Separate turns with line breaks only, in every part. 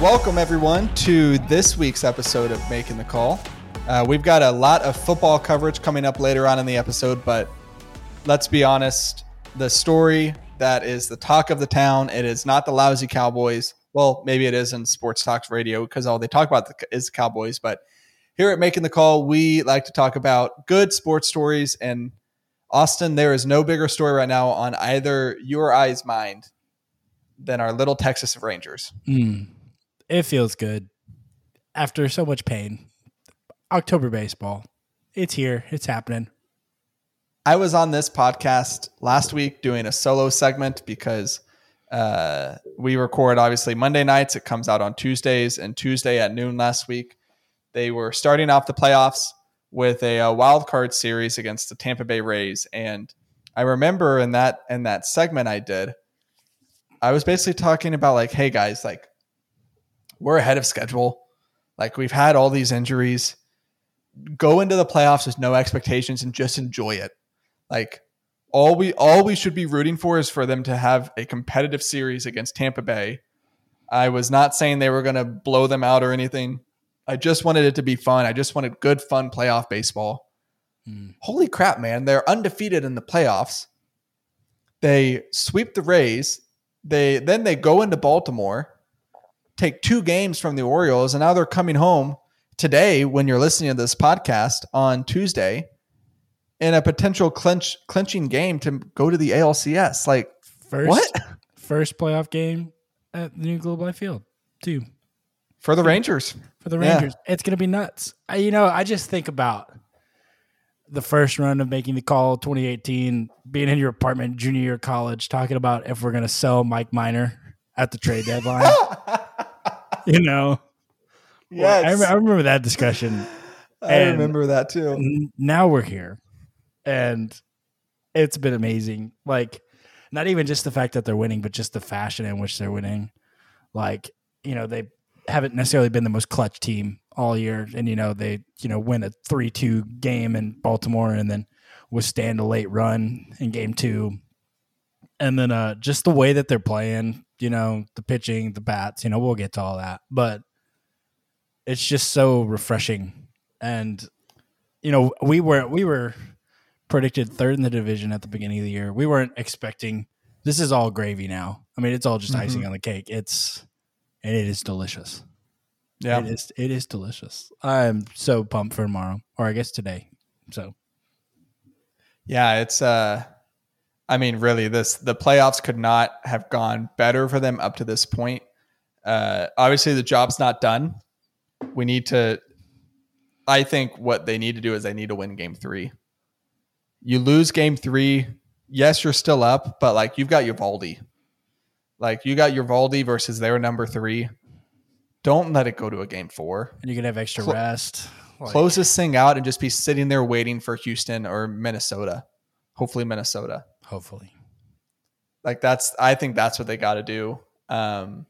Welcome, everyone, to this week's episode of Making the Call. Uh, we've got a lot of football coverage coming up later on in the episode, but let's be honest the story that is the talk of the town, it is not the lousy Cowboys. Well, maybe it is in Sports Talks Radio because all they talk about the, is the Cowboys, but here at Making the Call, we like to talk about good sports stories. And Austin, there is no bigger story right now on either your eyes mind than our little Texas Rangers.
Mm. It feels good after so much pain. October baseball, it's here, it's happening.
I was on this podcast last week doing a solo segment because uh, we record obviously Monday nights. It comes out on Tuesdays and Tuesday at noon last week they were starting off the playoffs with a, a, wild card series against the Tampa Bay Rays and I remember in that in that segment I did I was basically talking about like hey guys like we're ahead of schedule like we've had all these injuries go into the playoffs with no expectations and just enjoy it like all we all we should be rooting for is for them to have a competitive series against Tampa Bay I was not saying they were going to blow them out or anything I just wanted it to be fun. I just wanted good, fun playoff baseball. Mm. Holy crap, man. They're undefeated in the playoffs. They sweep the Rays. They then they go into Baltimore, take two games from the Orioles, and now they're coming home today when you're listening to this podcast on Tuesday in a potential clinch clinching game to go to the ALCS. Like
first
what?
First playoff game at the new Global Life Field, too.
For the Rangers.
For the Rangers. Yeah. It's going to be nuts. I, you know, I just think about the first run of making the call 2018, being in your apartment junior year college, talking about if we're going to sell Mike Miner at the trade deadline. you know?
Yes.
Well, I, re- I, remember that discussion.
I and remember that too.
N- now we're here. And it's been amazing. Like, not even just the fact that they're winning, but just the fashion in which they're winning. Like, you know, they haven't necessarily been the most clutch team all year. And, you know, they, you know, win a 3 2 game in Baltimore and then withstand a late run in game two. And then uh, just the way that they're playing, you know, the pitching, the bats, you know, we'll get to all that. But it's just so refreshing. And, you know, we were, we were predicted third in the division at the beginning of the year. We weren't expecting this is all gravy now. I mean, it's all just mm-hmm. icing on the cake. It's, and it is delicious.
Yeah,
it is. It is delicious. I'm so pumped for tomorrow, or I guess today. So,
yeah, it's. uh I mean, really, this the playoffs could not have gone better for them up to this point. Uh, obviously, the job's not done. We need to. I think what they need to do is they need to win game three. You lose game three. Yes, you're still up, but like you've got Uvalde. Like you got your Valdi versus their number three. Don't let it go to a game four.
And you can have extra Cl- rest.
Like, Close this thing out and just be sitting there waiting for Houston or Minnesota. Hopefully Minnesota.
Hopefully.
Like that's I think that's what they gotta do. Um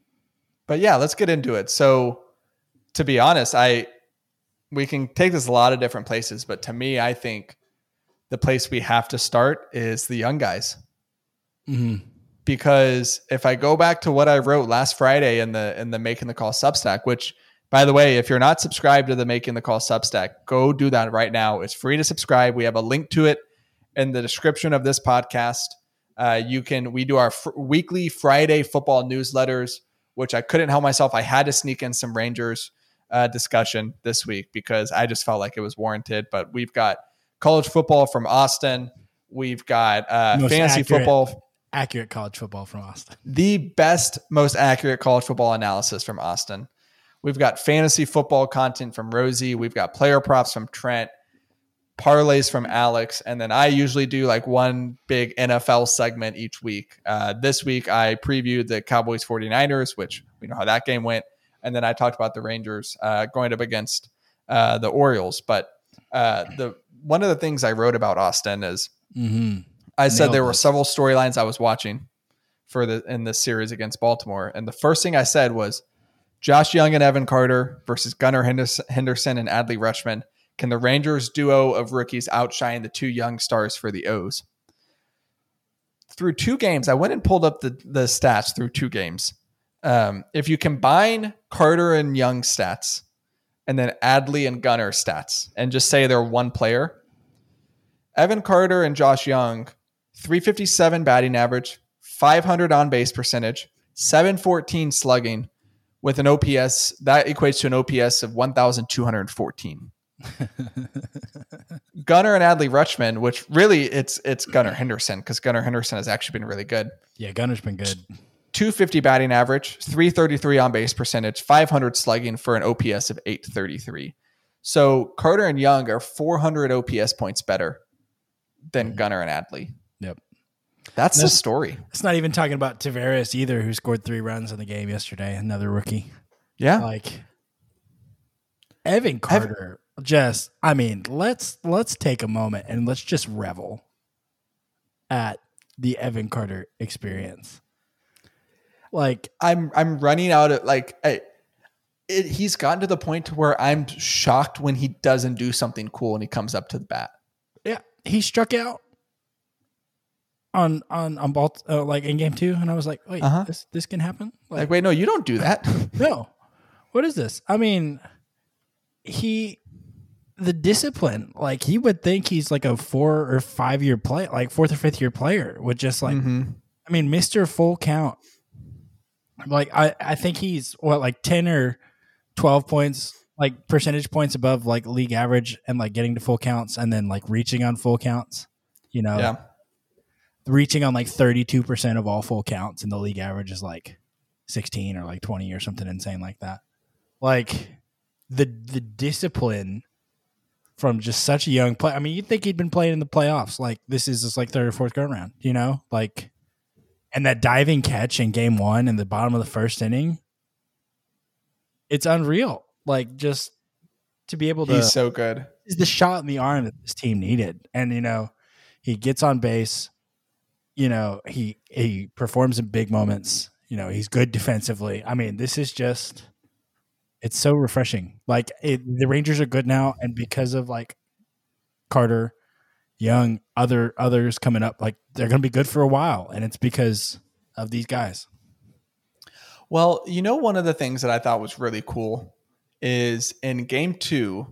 but yeah, let's get into it. So to be honest, I we can take this a lot of different places, but to me, I think the place we have to start is the young guys.
Mm-hmm
because if I go back to what I wrote last Friday in the in the Making the Call Substack, which by the way, if you're not subscribed to the Making the Call Substack, go do that right now. It's free to subscribe. We have a link to it in the description of this podcast. Uh, you can we do our fr- weekly Friday football newsletters, which I couldn't help myself. I had to sneak in some Rangers uh, discussion this week because I just felt like it was warranted. But we've got college football from Austin. We've got uh, Most fantasy
accurate.
football
accurate college football from Austin.
The best, most accurate college football analysis from Austin. We've got fantasy football content from Rosie. We've got player props from Trent, parlays from Alex. And then I usually do like one big NFL segment each week. Uh, this week, I previewed the Cowboys 49ers, which we know how that game went. And then I talked about the Rangers uh, going up against uh, the Orioles. But uh, the one of the things I wrote about Austin is.
Mm-hmm.
I said there were several storylines I was watching for the in this series against Baltimore, and the first thing I said was Josh Young and Evan Carter versus Gunnar Henderson and Adley Rutschman. Can the Rangers duo of rookies outshine the two young stars for the O's? Through two games, I went and pulled up the the stats through two games. Um, if you combine Carter and Young stats and then Adley and Gunner stats and just say they're one player, Evan Carter and Josh Young, 357 batting average, 500 on base percentage, 714 slugging with an OPS that equates to an OPS of 1214. Gunner and Adley Rutschman, which really it's it's Gunner Henderson because Gunner Henderson has actually been really good.
Yeah, Gunner's been good.
250 batting average, 333 on base percentage, 500 slugging for an OPS of 833. So Carter and Young are 400 OPS points better than Gunner and Adley.
Mm-hmm. Yep.
That's the
That's-
story.
It's not even talking about Tavares either, who scored three runs in the game yesterday. Another rookie.
Yeah.
Like Evan Carter, just I mean, let's let's take a moment and let's just revel at the Evan Carter experience. Like
I'm I'm running out of like I, it, he's gotten to the point to where I'm shocked when he doesn't do something cool and he comes up to the bat.
Yeah, he struck out on on on ball uh, like in game two, and I was like, wait,
Uh-huh.
this this can happen? Like,
Like, wait, no, you don't do that.
no, what is this? I mean, he the discipline. Like, he would think he's like a four or five year play, like fourth or fifth year player, would just like
Mhm.
I mean, Mr. Full Count. Like I, I think he's what like ten or twelve points, like percentage points above like league average, and like getting to full counts, and then like reaching on full counts. You know,
Yeah.
reaching on like thirty-two percent of all full counts, and the league average is like sixteen or like twenty or something insane like that. Like the the discipline from just such a young play. I mean, you'd think he'd been playing in the playoffs. Like this is just like third or fourth go round, you know? Like and that diving catch in game one in the bottom of the first inning. It's unreal. Like just to be able to
He's so good.
is the shot in the arm that this team needed. And you know, he gets on base. You know, he he performs in big moments. You know, he's good defensively. I mean, this is just it's so refreshing. Like it, the Rangers are good now, and because of like Carter, Young, other others coming up, like they're going to be good for a while, and it's because of these guys.
Well, you know, one of the things that I thought was really cool is in game two,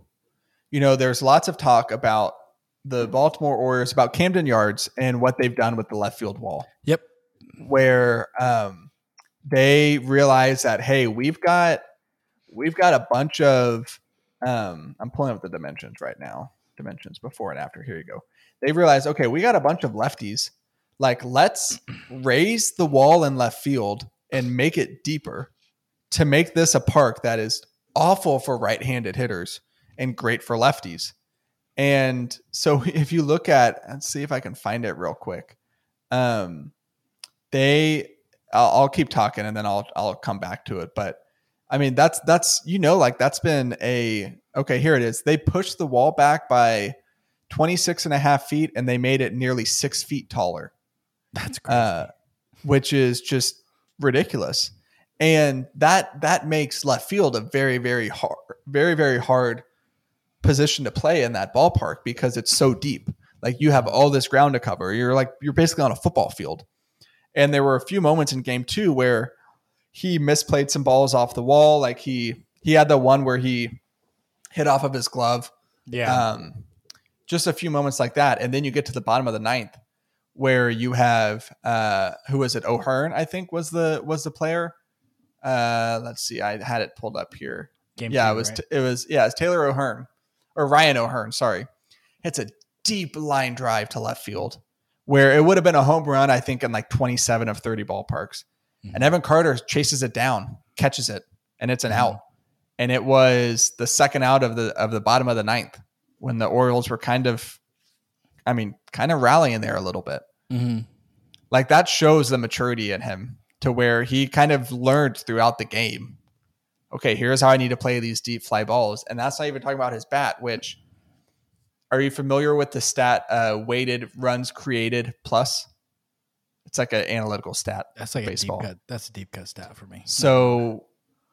you know, there's lots of talk about the Baltimore Orioles, about Camden Yards and what they've done with the left field wall,
Yep.
where um, they realize that, hey, we've got we've got a bunch of um, I'm pulling up the dimensions right now. Dimensions before and after. Here you go. They realize, okay, we got a bunch of lefties. Like, let's raise the wall in left field and make it deeper to make this a park that is awful for right-handed hitters and great for lefties. And so if you look at let's see if I can find it real quick. Um they I'll, I'll keep talking and then I'll I'll come back to it, but I mean, that's that's you know, like that's been a okay. Here it is. They pushed the wall back by 26 and a half feet and they made it nearly six feet taller,
That's great.
uh, which is just ridiculous. And that that makes left field a very, very hard, very, very hard position to play in that ballpark because it's so deep. Like you have all this ground to cover. You're like you're basically on a football field. And there were a few moments in game two where he misplayed some balls off the wall. Like he he had the one where he hit off of his glove.
yeah.
Um, just a few moments like that, and then you get to the bottom of the ninth, where you have uh, who was it? O'Hearn, I think, was the was the player. Uh, let's see, I had it pulled up here.
Game
yeah,
two,
it was
right?
it was yeah, it's Taylor O'Hearn or Ryan O'Hearn. Sorry, it's a deep line drive to left field where it would have been a home run, I think, in like twenty seven of thirty ballparks. And
Mhm.
Evan Carter chases it down, catches it, and it's an
Mhm.
out. And it was the second out of the of the bottom of the ninth when the Orioles were kind of, I mean, kind of rallying there a little bit.
Mhm.
Like that shows the maturity in him to where he kind of learned throughout the game. Okay, here's how I need to play these deep fly balls, and that's not even talking about his bat. Which are you familiar with the stat uh, weighted runs created plus? It's like an analytical stat.
That's like
baseball.
a deep cut. That's a deep cut stat for me.
So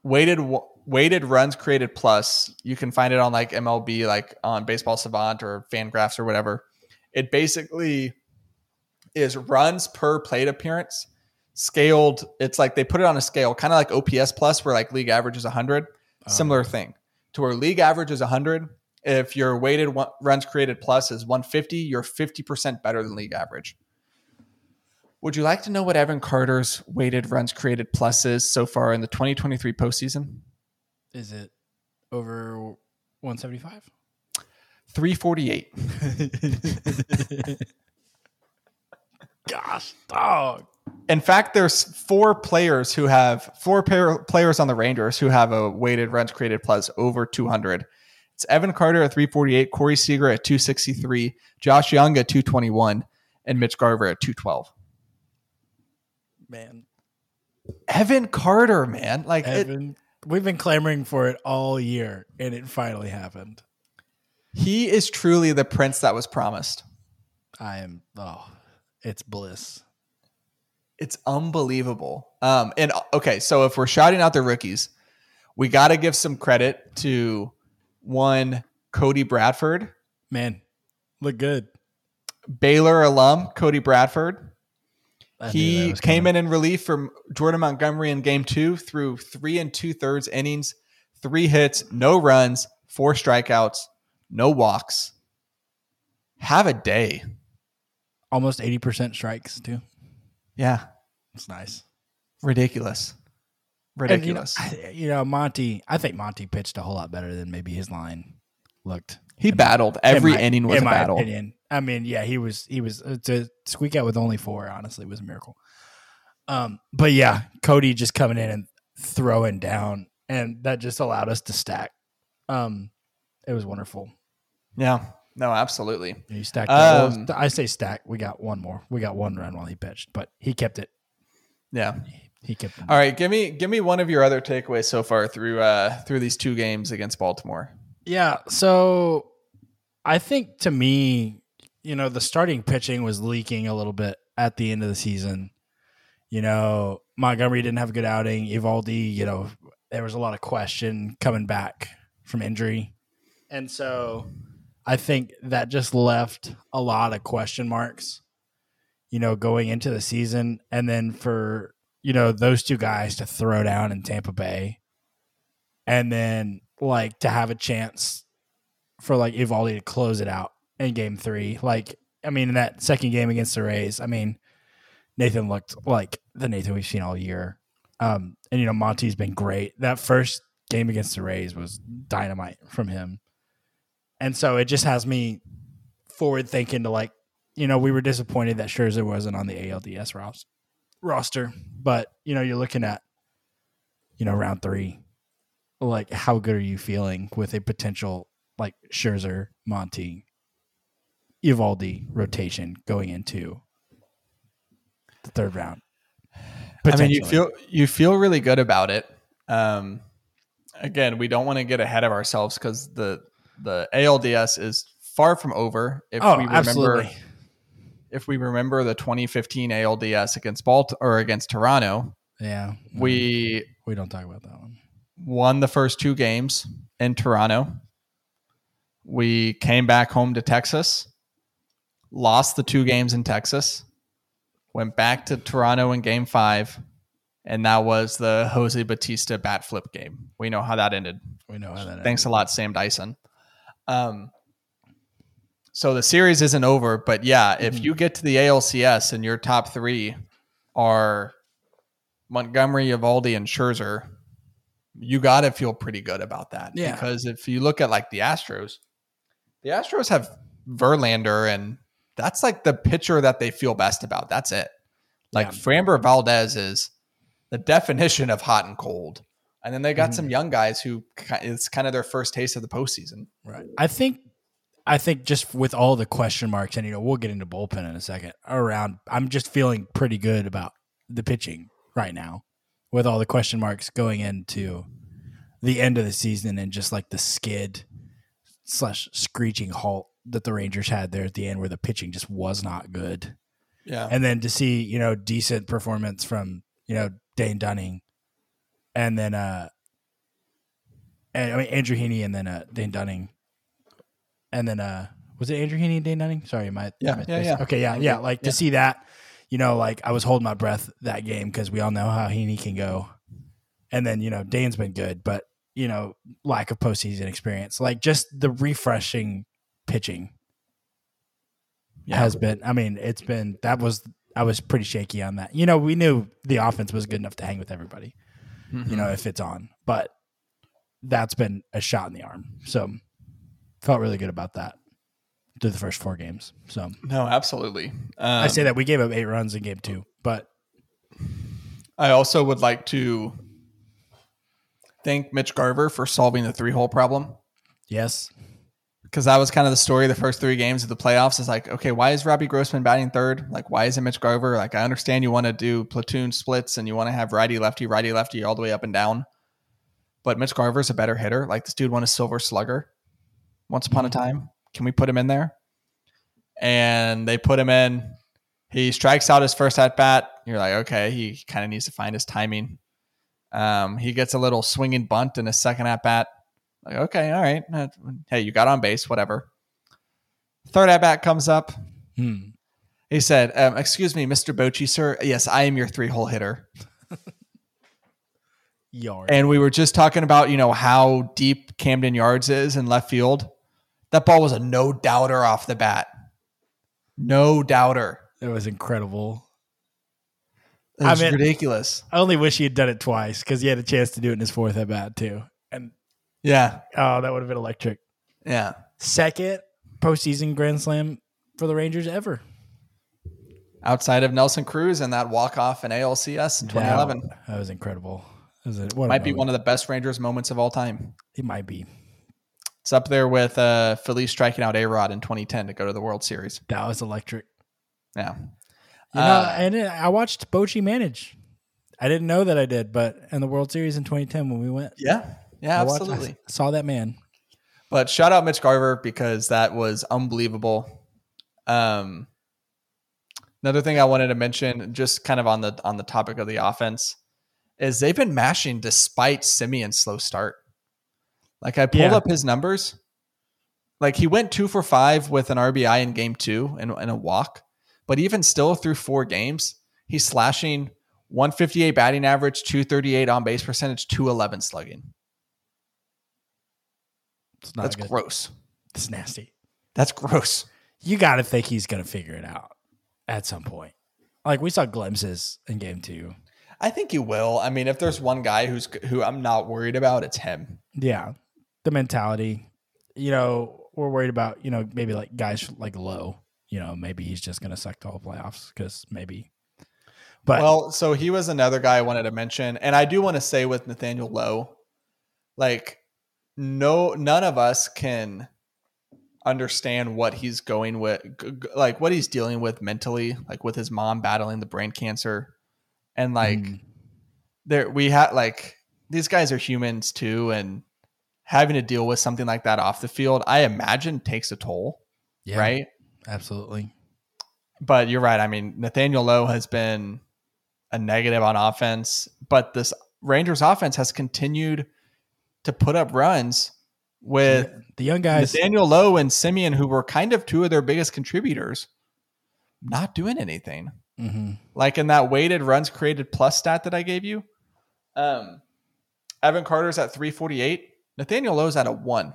weighted weighted runs created plus, you can find it on like MLB, like on Baseball Savant or FanGraphs or whatever. It basically is runs per plate appearance scaled. It's like they put it on a scale, kind of like OPS plus, where like league average is 100.
Um,
Similar thing to where league average is 100. If your weighted one, runs created plus is 150, you're 50% better than league average. Would you like to know what Evan Carter's weighted runs created plus is so far in the 2023 postseason?
Is it over 175?
348.
Gosh, dog.
In fact, there's four players who have four pair, players on the Rangers who have a weighted runs created plus over 200. It's Evan Carter at 348, Corey Seager at 263, Josh Young at 221, and Mitch Garver at 212.
Man.
Evan Carter, man, like it,
Evan, we've been clamoring for it all year, and it finally happened.
he is truly the prince that was promised.
I am, oh, it's bliss.
It's unbelievable. Um, and okay, so if we're shouting out the rookies, we got to give some credit to one Cody Bradford.
Man, look good.
Baylor alum Cody Bradford.
I knew that
he
was
came
coming.
in in relief from Jordan Montgomery in game two through three and two thirds innings, three hits, no runs, four strikeouts, no walks. Have a day.
almost 80% strikes, too.
Yeah.
It's nice.
Ridiculous.
And, you know,
Ridiculous.
I- you know, Monty, I think Monty pitched a whole lot better than maybe his line looked.
he
in-
battled. Every
in my-
inning was
in
a
my
battle.
opinion. I mean, yeah, he was he was uh, to squeak out with only four. Honestly, was a miracle. Um, but yeah, Cody just coming in and throwing down, and that just allowed us to stack. Um, it was wonderful.
Yeah. No, absolutely.
You stacked. up-
Um,
I say stack. We got one more. We got one run while he pitched, but he kept it.
Yeah.
He kept. It.
All right. Give me give me one of your other takeaways so far through uh through these two games against Baltimore.
Yeah. So I think to me, you know, the starting pitching was leaking a little bit at the end of the season. You know, Montgomery didn't have a good outing. Ivaldi, you know, there was a lot of question coming back from injury. And so I think that just left a lot of question marks, you know, going into the season. And then for, you know, those two guys to throw down in Tampa Bay and then like to have a chance for like Ivaldi to close it out in game three. Like, I mean, in that second game against the Rays, I mean, Nathan looked like the Nathan we've seen all year. Um, and you know, Monty's been great. That first game against the Rays was dynamite from him. And so it just has me forward thinking to like, you know, we were disappointed that Scherzer wasn't on the ALDS ros- roster, but you know, you're looking at, you know, round three, like how good are you feeling with a potential like Scherzer, Monty, Ivaldi rotation going into the third round?
I mean, you
Potentially.
feel you feel really good about it. Um, again, we don't want to get ahead of ourselves because the the ALDS is far from over. If
oh,
we remember,
absolutely.
if we remember the 2015 ALDS against Balt or against Toronto,
Yeah,
we
we don't talk about that one.
won the first two games in Toronto. We came back home to Texas, lost the two games in Texas, went back to Toronto in game five, and that was the Jose Batista bat flip game. We know how that ended.
We know how that.
Thanks a lot, Sam Dyson. Um, so the series isn't over, but yeah, if
Mhm.
you get to the ALCS and your top three are Montgomery, Evaldi, and Scherzer, you got to feel pretty good about that.
Yeah.
Because if you look at like the Astros, the Astros have Verlander, and that's like the pitcher that they feel best about. That's it. Like
Yeah.
Framber Valdez is the definition of hot and cold. And then they got
Mhm.
some young guys who ki- it's kind of their first taste of the postseason.
Right. I think I think just with all the question marks and you know, we'll get into bullpen in a second around I'm just feeling pretty good about the pitching right now with all the question marks going into the end of the season and just like the skid slash screeching halt that the Rangers had there at the end where the pitching just was not good.
Yeah.
And then to see, you know, decent performance from, you know, Dane Dunning and then uh and I mean Andrew Heaney and then uh Dane Dunning. And then uh was it Andrew Heaney and Dane Dunning? Sorry, am I
Yeah,
am I-
yeah, yeah.
Okay, yeah, yeah. Like to
Yeah.
see that, you know, like I was holding my breath that game because we all know how Heaney can go. And then, you know, Dan's been good, but, you know, lack of postseason experience, like just the refreshing pitching
Yeah.
has been, I mean, it's been, that was, I was pretty shaky on that. You know, we knew the offense was good enough to hang with everybody,
Mm-hmm.
you know, if it's on, but that's been a shot in the arm. So felt really good about that through the first four games. So
no, absolutely. Um,
I say that we gave up eight runs in game two, but
I also would like to thank Mitch Garver for solving the three hole problem.
yes,
because that was kind of the story of the first three games of the playoffs is like okay why is robbie grossman batting third like why isn't mitch garver like i understand you want to do platoon splits and you want to have righty lefty righty lefty all the way up and down but mitch garver's a better hitter like this dude won a silver slugger once upon a time can we put him in there and they put him in he strikes out his first at bat you're like okay he kind of needs to find his timing um, he gets a little swinging bunt in his second at bat like, okay, all right. Uh, Hey, you got on base, whatever. Third at bat comes up.
Hmm.
He said, um, Excuse me, Mr. Bochy, sir. Yes, I am your three hole hitter.
yard.
And we were just talking about, you know, how deep Camden Yards is in left field. That ball was a no doubter off the bat. No doubter.
It was incredible.
It
I
was
mean-
ridiculous.
I only wish he had done it twice because he had a chance to do it in his fourth at bat too. And
Yeah.
oh, that would have been electric.
Yeah.
Second postseason grand slam for the Rangers ever.
Outside of Nelson Cruz and that walk off in ALCS in 2011.
Wow. that was incredible. That was a- what a
Might be
moment.
one of the best Rangers moments of all time.
It might be.
It's up there with uh, Felice striking out A Rod in 2010 to go to the World Series.
That was electric.
Yeah.
You know,
Uh,
and it, I watched Bochy manage. I didn't know that I did, but in the World Series in 2010 when we went,
yeah. Yeah,
I watched- I
absolutely.
saw that man.
But shout out Mitch Garver because that was unbelievable. Um, another thing I wanted to mention, just kind of on the on the topic of the offense, is they've been mashing despite Simeon's slow start. Like I pulled
Yeah.
up his numbers. Like he went two for five with an RBI in game two and, and a walk, but even still through four games, he's slashing 158 batting average, 238 on base percentage, 211 slugging.
It's not
That's
good.
gross.
It's nasty.
That's gross.
you got to think he's going to figure it out at some point. Like we saw glimpses in game two.
I think you will. I mean, if there's one guy who's who I'm not worried about, it's him.
Yeah. The mentality, you know, we're worried about, you know, maybe like guys like low, you know, maybe he's just going to suck the whole playoffs because maybe. But
Well, so he was another guy I wanted to mention, and I do want to say with Nathaniel Lowe, like no, none of us can understand what he's going with, g- g- like what he's dealing with mentally, like with his mom battling the brain cancer, and like
Mm,
there we had like these guys are humans too, and having to deal with something like that off the field, I imagine takes a toll,
yeah,
right?
Absolutely.
but you're right. I mean, Nathaniel Lowe has been a negative on offense, but this Rangers offense has continued to put up runs with
The young guys,
Nathaniel Lowe and Simeon, who were kind of two of their biggest contributors, not doing anything.
hmm
Like in that weighted runs created plus stat that I gave you, um, Evan Carter's at 348. Nathaniel Lowe's at a one.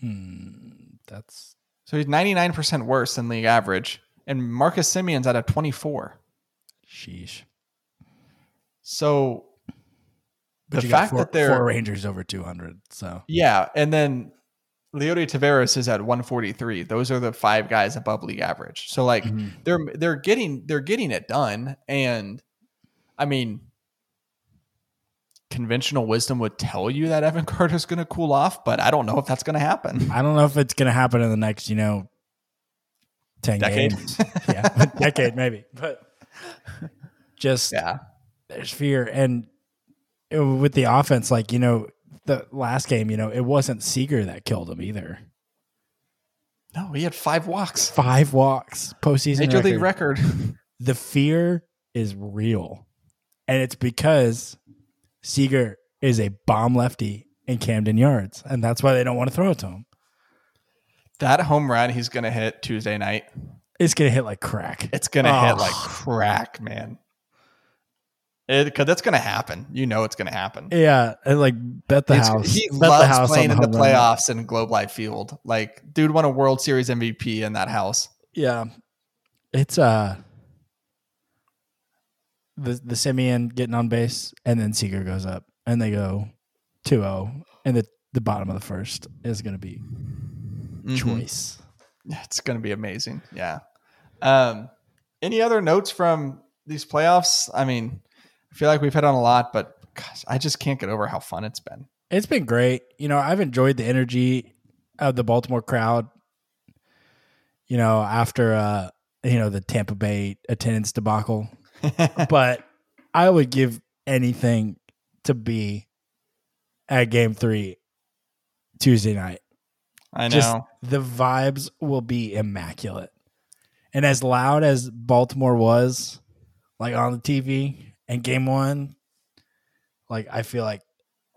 hmm, that's
So he's 99% worse than league average. And Marcus Simeon's at a 24.
sheesh.
So
But
the
you got
fact
four-
that they're
four Rangers over 200. So
yeah, and then Leody Taveras is at 143. Those are the five guys above league average. So like
mhm.
they're they're getting they're getting it done, and I mean, conventional wisdom would tell you that Evan Carter's going to cool off, but I don't know if that's going to happen.
I don't know if it's going to happen in the next, you know, 10
Decade.
games. Yeah, decade maybe. But just
Yeah,
there's fear and it- with the offense like, you know, the last game, you know, it wasn't Seager that killed him either.
no, he had five walks,
Five walks postseason
major league
record.
record.
The fear is real. And it's because Seager is a bomb lefty in Camden Yards, and that's why they don't want to throw it to him.
that home run he's going to hit Tuesday night
It's gonna hit like crack.
It's gonna hit
Oh.
like crack, man. It because that's gonna happen. You know it's gonna happen.
Yeah, and like bet the
It's-
house.
He
bet
loves
the house on
playing in the
home run.
playoffs in Globe Life Field. Like, dude won a World Series MVP in that house.
Yeah, it's uh the the Simeon getting on base, and then Seager goes up, and they go 2-0, and the the bottom of the first is gonna be
Mhm.
choice.
It's gonna be amazing. Yeah. Um, any other notes from these playoffs? I mean, I feel like we've hit on a lot, but gosh, I just can't get over how fun it's been.
It's been great. You know, I've enjoyed the energy of the Baltimore crowd. You know, after uh, you know, the Tampa Bay attendance debacle. but I would give anything to be at game three Tuesday night.
I know.
Just the vibes will be immaculate. And as loud as Baltimore was, like on the TV and game one, like I feel like,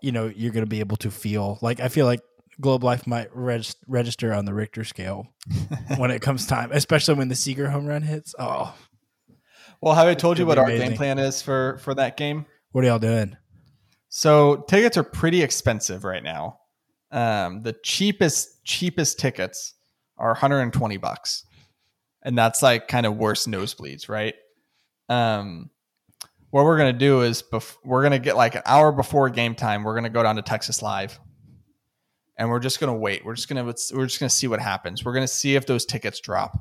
you know, you're going to be able to feel like I feel like Globe Life might reg- register on the Richter scale when it comes time, especially when the Seager home run hits. Oh,
well, have I told you
gonna
what
be
our
amazing.
game plan is for for that game?
what are y'all doing?
So tickets are pretty expensive right now. Um, the cheapest cheapest tickets are 120 bucks, and that's like kind of worst nosebleeds, right? Um, what we're gonna do is bef- we're gonna get like an hour before game time. We're gonna go down to Texas Live, and we're just gonna wait. We're just gonna we're just gonna see what happens. We're gonna see if those tickets drop,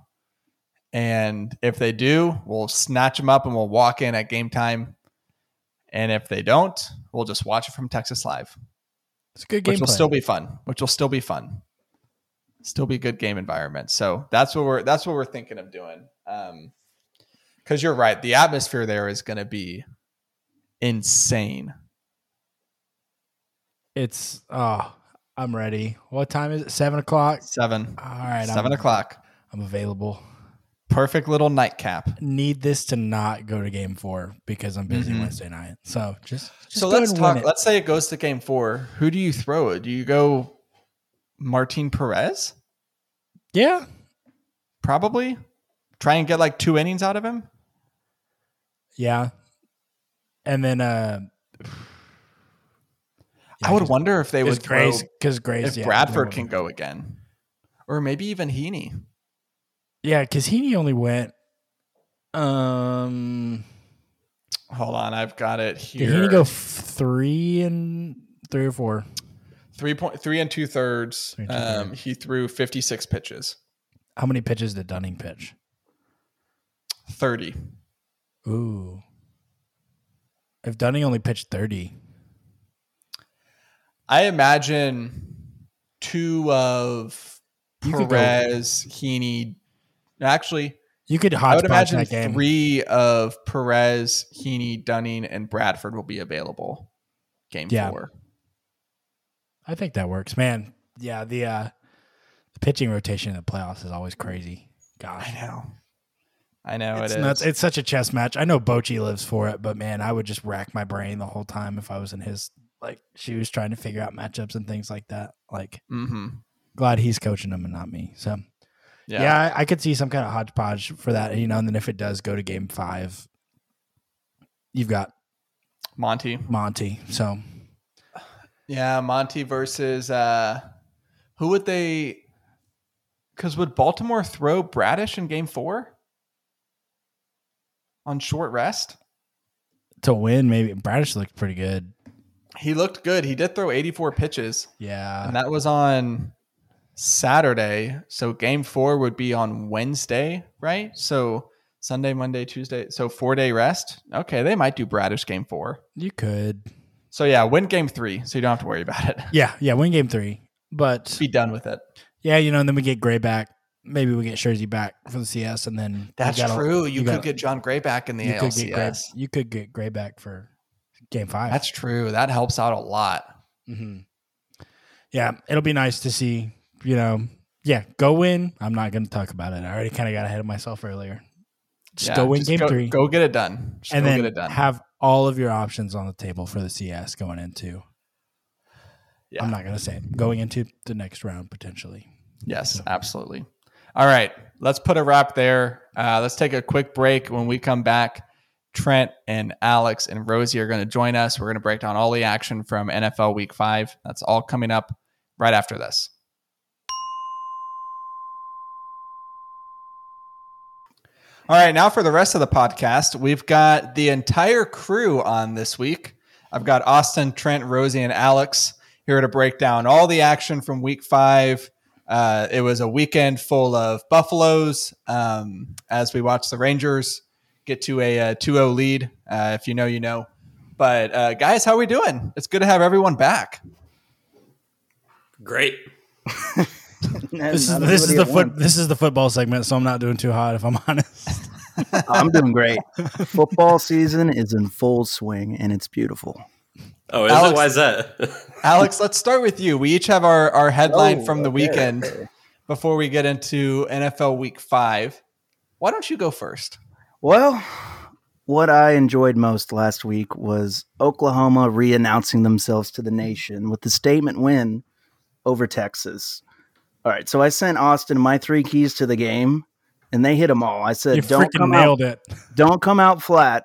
and if they do, we'll snatch them up and we'll walk in at game time and if they don't, we'll just watch it from Texas Live,
It's a good
which
game.
will
plan.
still be fun. Which will still be fun. Still be good game environment. So that's what we're that's what we're thinking of doing. Um, because you're right, the atmosphere there is going to be insane.
It's oh, I'm ready. What time is it? Seven o'clock.
Seven,
All right, I'm-
seven o'clock.
I'm available.
Perfect little nightcap.
Need this to not go to game four because I'm busy Wednesday night. So just,
Mm-hmm.
just
so
go
let's
and win
talk.
it.
Let's say it goes to game four. Who do you throw? Do you go Martin Perez?
yeah,
Probably. Try and get like two innings out of him.
yeah. And then uh,
I would wonder if they
because
would throw
Grace because Grace
if
yeah,
Bradford
throw-
can go again, or maybe even Heaney.
yeah because Heaney only went. Um,
Hold on, I've got it here.
did Heaney go f- three and three or four?
three point three and two thirds?
Three and two-thirds.
Um, he threw fifty six pitches,
How many pitches did Dunning pitch?
thirty.
Ooh, if Dunning only pitched thirty,
I imagine two of
You could go-
Perez, Heaney. Actually,
you could
I would
hodgepodge
imagine
that game.
three of Perez, Heaney, Dunning, and Bradford will be available. Game
Yeah.
four.
I think that works, man. Yeah, the uh the pitching rotation in the playoffs is always crazy.
I
Gosh,
know. I know
it's
it is.
nuts. It's such a chess match. I know Bochy lives for it, but man, I would just rack my brain the whole time if I was in his like shoes trying to figure out matchups and things like that. Like,
mm-hmm.
glad he's coaching them and not me. So yeah,
yeah.
I, I could see some kind of hodgepodge for that, you know. And then if it does go to game five, you've got
Monty.
Monty. So
Yeah, Monty versus uh who would they cuz would Baltimore throw Bradish in game 4 on short rest?
to win, maybe Bradish looked pretty good.
He looked good. He did throw 84 pitches
Yeah,
and that was on Saturday. So game 4 would be on Wednesday, right? So Sunday, Monday, Tuesday. So 4-day rest. Okay, they might do Bradish game 4.
you could.
So yeah, win game 3 so you don't have to worry about it.
Yeah, yeah, win game three. But
Be done with it.
yeah, you know, and then we get Gray back. Maybe we get Scherzer back for the CS, and then you
That's
gotta-
true. You,
you
could
gotta-
get John Gray back in the
You could
ALCS.
get Gray. You could get Gray back for game five.
That's true. That helps out a lot.
hmm yeah. It'll be nice to see. You know, yeah, go win. I'm not going to talk about it. I already kind of got ahead of myself earlier. Just
Yeah,
go win
just
game
go,
three,
Go get it done. Just
and
go
then
get it done.
have all of your options on the table for the CS going into.
Yeah.
I'm not going to say it. Going into the next round potentially.
yes, absolutely. All right, let's put a wrap there. Uh, let's take a quick break. When we come back, Trent and Alex and Rosie are going to join us. We're going to break down all the action from NFL Week Five. That's all coming up right after this. All right, now for the rest of the podcast, we've got the entire crew on this week. I've got Austin, Trent, Rosie, and Alex here to break down all the action from week five. Uh, it was a weekend full of Buffaloes um, as we watched the Rangers get to a 2 0 lead. Uh, if you know, you know. But uh, guys, how we doing? It's good to have everyone back.
Great.
This is, this is the foot, this is the football segment, so I'm not doing too hot if I'm honest.
I'm doing great. Football season is in full swing and it's beautiful.
Oh, is
Alex-
it? Why is that?
Alex, let's start with you. We each have our, our headline
Oh,
from the
okay,
weekend
okay.
before we get into NFL week five. Why don't you go first?
Well, what I enjoyed most last week was Oklahoma re-announcing themselves to the nation with the statement win over Texas. All right, so I sent Austin my three keys to the game, and they hit them all. I said,
you
"Don't
freaking
come out
nailed it.
don't come out flat.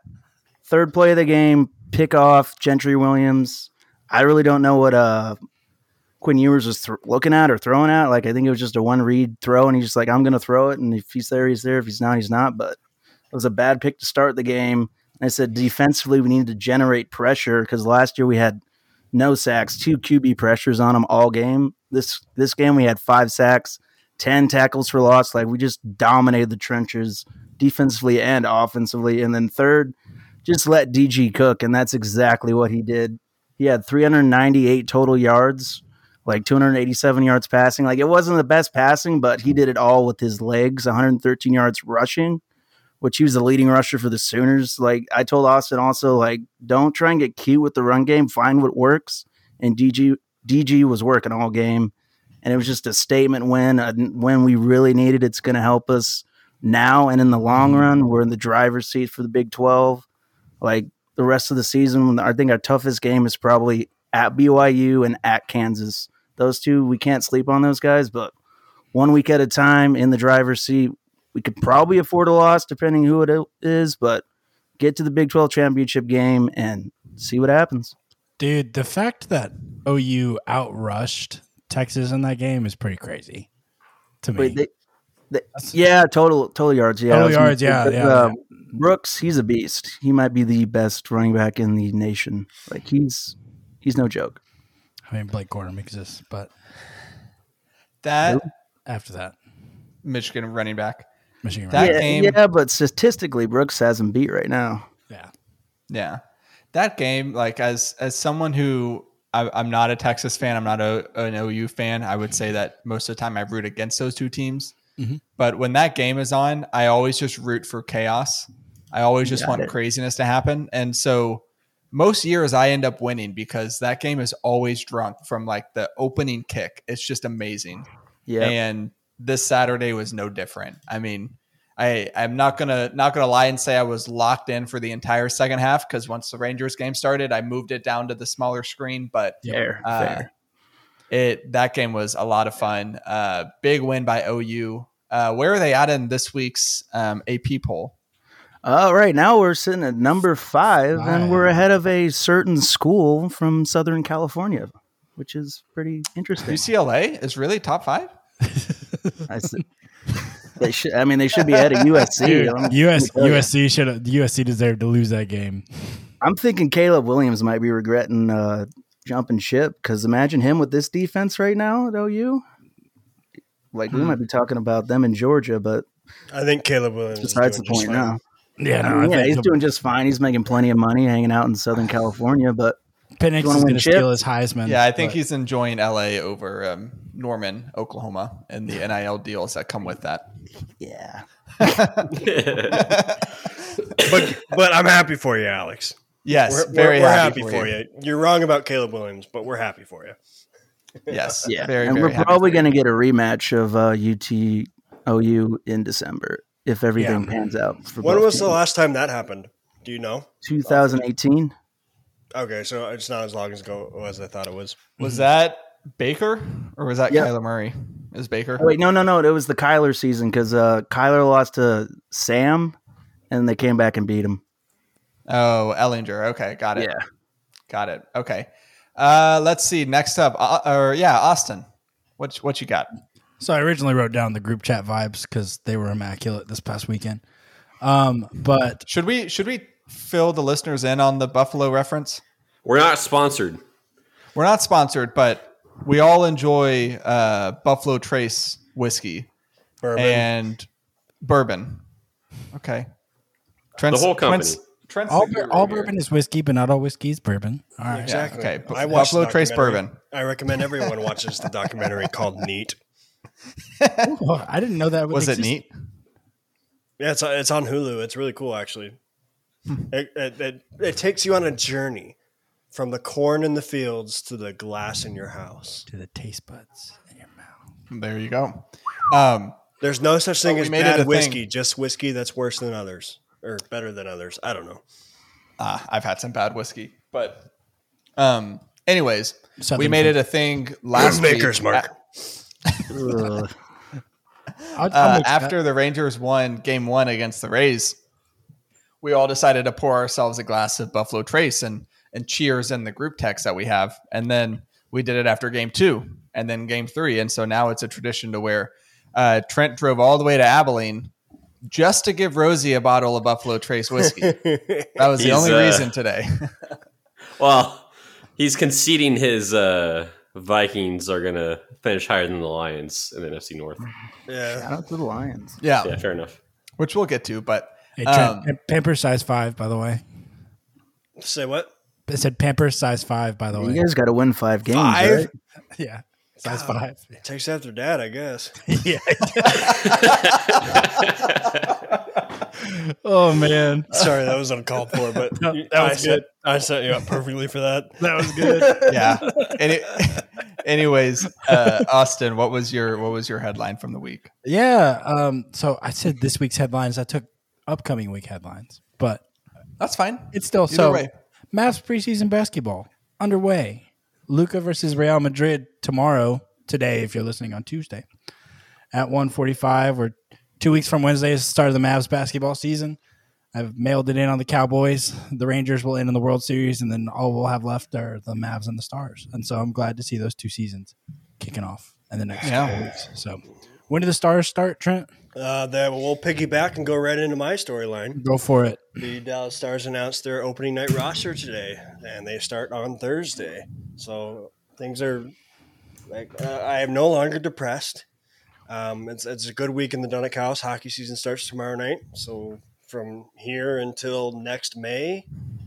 Third play of the game, pick off Gentry Williams. I really don't know what uh Quinn Ewers was thr looking at or throwing at. Like I think it was just a one read throw, and he's just like, I'm gonna throw it, and if he's there, he's there. If he's not, he's not. But it was a bad pick to start the game. And I said defensively, we needed to generate pressure because last year we had no sacks, two QB pressures on them all game. This this game we had five sacks, ten tackles for loss. Like we just dominated the trenches defensively and offensively. And then third, just let DG cook, and that's exactly what he did. He had 398 total yards, like 287 yards passing. Like it wasn't the best passing, but he did it all with his legs. 113 yards rushing, which he was the leading rusher for the Sooners. Like I told Austin, also like don't try and get cute with the run game. Find what works, and DG DG was working all game. And it was just a statement win, a win we really needed. It's going to help us now and in the long run. We're in the driver's seat for the Big 12. Like the rest of the season, I think our toughest game is probably at BYU and at Kansas. Those two, we can't sleep on those guys, but one week at a time in the driver's seat, we could probably afford a loss depending who it is, but get to the Big 12 championship game and see what happens.
Dude, the fact that OU outrushed Texas in that game is pretty crazy to me.
Wait, they, they, yeah, total total yards. Yeah,
Total
I was gonna
yards,
say,
yeah,
but,
yeah,
uh, Brooks, he's a beast. He might be the best running back in the nation. Like he's he's no joke.
I mean, Blake Gordon exists, but
That
after that,
Michigan running back.
Michigan.
That-
right?
yeah,
game-
yeah, but statistically, Brooks has him beat right now.
yeah.
Yeah, that game. Like as as someone who I, I'm not a Texas fan, I'm not a, an OU fan. I would say that most of the time I root against those two teams.
Mm-hmm.
Mhm.
But when that game is on, I always just root for chaos. I always just
Got
want
it.
craziness to happen, and so most years I end up winning because that game is always drunk from like the opening kick. It's just amazing.
Yeah,
and this Saturday was no different. I mean, I I'm not gonna not gonna lie and say I was locked in for the entire second half because once the Rangers game started, I moved it down to the smaller screen. But
fair,
uh,
fair.
it that game was a lot of fun. Uh, big win by OU. Uh, where are they at in this week's um, AP poll?
All right, now we're sitting at number five,
Five.
and we're ahead of a certain school from Southern California, which is pretty interesting.
UCLA is really top five.
I, see. they should, I mean, they should be ahead of USC.
Dude,
I'm-
US,
Oh, yeah.
USC should have USC deserved to lose that game.
I'm thinking Caleb Williams might be regretting uh, jumping ship because imagine him with this defense right now at OU. Like
Hmm.
we might be talking about them in Georgia, but
I think Caleb Williams. is
besides the
doing just
point
fine.
now.
Yeah, no,
I
I
mean, yeah,
think
he's
he'll-
doing just fine. He's making plenty of money hanging out in Southern California, but
Penix
you wanna
is
win
going to
chip?
steal his Heisman.
Yeah, I think
but-
he's enjoying LA over um, Norman, Oklahoma, and the NIL deals that come with that.
yeah.
But but I'm happy for you, Alex.
Yes,
We're,
very
we're- we're
happy.
happy, for you. you. are wrong about Caleb Williams, but we're happy for you.
Yes,
Yeah.
very,
and
very
we're
happy
probably
for you.
going to get a rematch of uh, UT OU in December if everything pans out. For
When
both
was the
teams.
last time that happened? Do you know?
2018?
Okay, so
Mm-hmm.
it's not as long as ago as I thought it was.
Was that Baker or was that
Yeah.
Kyler Murray? is Baker.
Oh, wait, no, no, no. It was the Kyler season because uh, Kyler lost to Sam, and they came back and beat him.
Oh, Ellinger. Okay, got it. Got it. Okay. Uh, let's see. Next up, uh, or yeah, Austin. What what you got?
So I originally wrote down the group chat vibes because they were immaculate this past weekend. Um, but
Should we should we fill the listeners in on the Buffalo reference?
We're not sponsored.
We're not sponsored, but we all enjoy uh, Buffalo Trace whiskey
Bourbon.
and bourbon. Okay. Trent's,
The whole company.
Trent's, Trent's
all,
the
bur-
guru
all
here.
bourbon is whiskey, but not all whiskey is bourbon. All right.
Yeah,
Exactly.
okay. Bu-
I watched
Buffalo
the
Trace
documentary.
bourbon.
I recommend everyone watches the documentary called Neat.
Ooh, I didn't know that
Was it
exist.
neat?
Yeah, it's it's on Hulu. It's really cool, actually.
Hmm.
It, it, it, it takes you on a journey from the corn in the fields to the glass in your house.
to the taste buds in your mouth.
There you go. Um,
There's no such thing
we
as
made it a
bad
thing.
whiskey, just whiskey that's worse than others or better than others. I don't know.
ah, I've had some bad whiskey, but um, anyways, we
Something
made it
from-
a thing last week.
Maker's Mark.
Ugh.
I'll- I'll
uh,
mix that.
after the Rangers won game one against the Rays, we all decided to pour ourselves a glass of Buffalo Trace and and cheers in the group text that we have. And then we did it after game two and then game three. And so now it's a tradition to where uh, Trent drove all the way to Abilene just to give Rosie a bottle of Buffalo Trace whiskey. that was the
He's,
only
uh,
reason today.
Well, he's conceding his uh, Vikings are going to finish higher than the Lions in the NFC North.
Yeah.
Shout out to the Lions.
yeah,
Yeah, fair enough.
which we'll get to. But
Hey,
um,
Trent, pamper size five, by the way.
Say what?
It said pamper size five, by the
You
way.
guys got to win five games.
Five?
right?
Yeah, size five.
Takes after dad, I guess.
Yeah. oh man,
Sorry, that was uncalled for, but
No,
you-
that
I
was
set, I set you up perfectly for that.
that was good.
yeah. Any, anyways, uh, Austin, what was your what was your headline from the week?
yeah. Um. So I said this week's headlines. I took upcoming week headlines, but
That's fine.
It's still
Either
so.
way.
Mavs preseason basketball underway. Luca versus Real Madrid tomorrow. Today, if you're listening on Tuesday, at 1:45 or two weeks from Wednesday is the start of the Mavs basketball season. I've mailed it in on the Cowboys. The Rangers will end in the World Series, and then all we'll have left are the Mavs and the Stars. And so I'm glad to see those two seasons kicking off in the next
Yeah.
couple weeks. So when do the Stars start, Trent?
Uh, then we'll piggyback and go right into my storyline.
Go for it.
The Dallas Stars announced their opening night roster today, and they start on Thursday. So things are like uh, I am no longer depressed. Um, it's it's a good week in the Dunnick House. Hockey season starts tomorrow night, so from here until next May,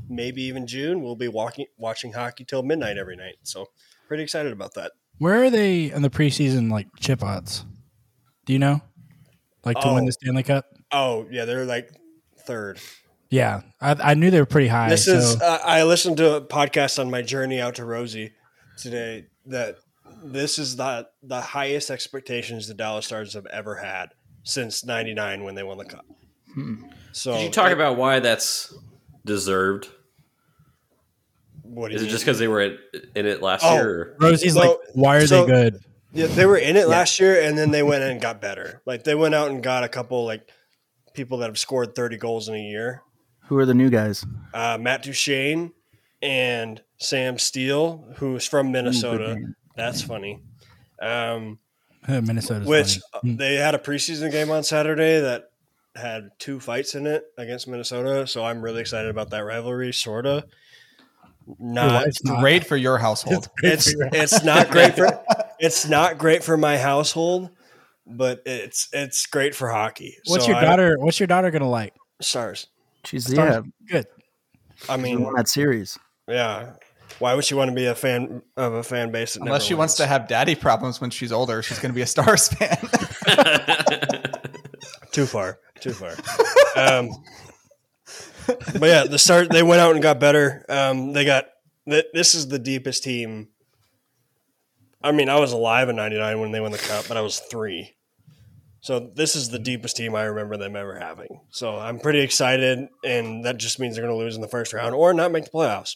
maybe even June, we'll be walking watching hockey till midnight every night. So pretty excited about that.
Where are they in the preseason, like chip odds? Do you know? Like to win
Oh.
the Stanley Cup?
Oh yeah, they're like third.
Yeah, I, I knew they were pretty high.
This
so
is uh, I listened to a podcast on my journey out to Rosie today that this is the the highest expectations the Dallas Stars have ever had since '99 when they won the cup. So
Did you talk about why that's deserved?
what do
Is
you
it just because they were at, in it last
Oh.
year? Or?
Rosie's
so-
like, why are
so-
they good?
Yeah, they were in it last year, and then they went and got better. Like they went out and got a couple like people that have scored 30 goals in a year.
Who are the new guys?
uh, Matt Duchene and Sam Steele, who's from Minnesota. That's funny. Um,
Uh, Minnesota's
which uh,
funny. Mm.
they had a preseason game on Saturday that had two fights in it against Minnesota. So I'm really excited about that rivalry, sorta. Not
It's not-
Great for your household.
it's it's not great for it's not great for my household, but it's it's great for hockey.
what's
So
your
I-
daughter? What's your daughter gonna like?
stars?
She's yeah,
Stars- Good.
I
she
mean,
won that series.
yeah. Why would she want to be a fan of a fan base? That
Unless
never
she wants
wins?
to have daddy problems when she's older, she's going to be a Stars fan.
too far too far um, but yeah the start they went out and got better um, they got th- this is the deepest team i mean i was alive in 99 when they won the cup but i was three so this is the deepest team i remember them ever having so i'm pretty excited and that just means they're going to lose in the first round or not make the playoffs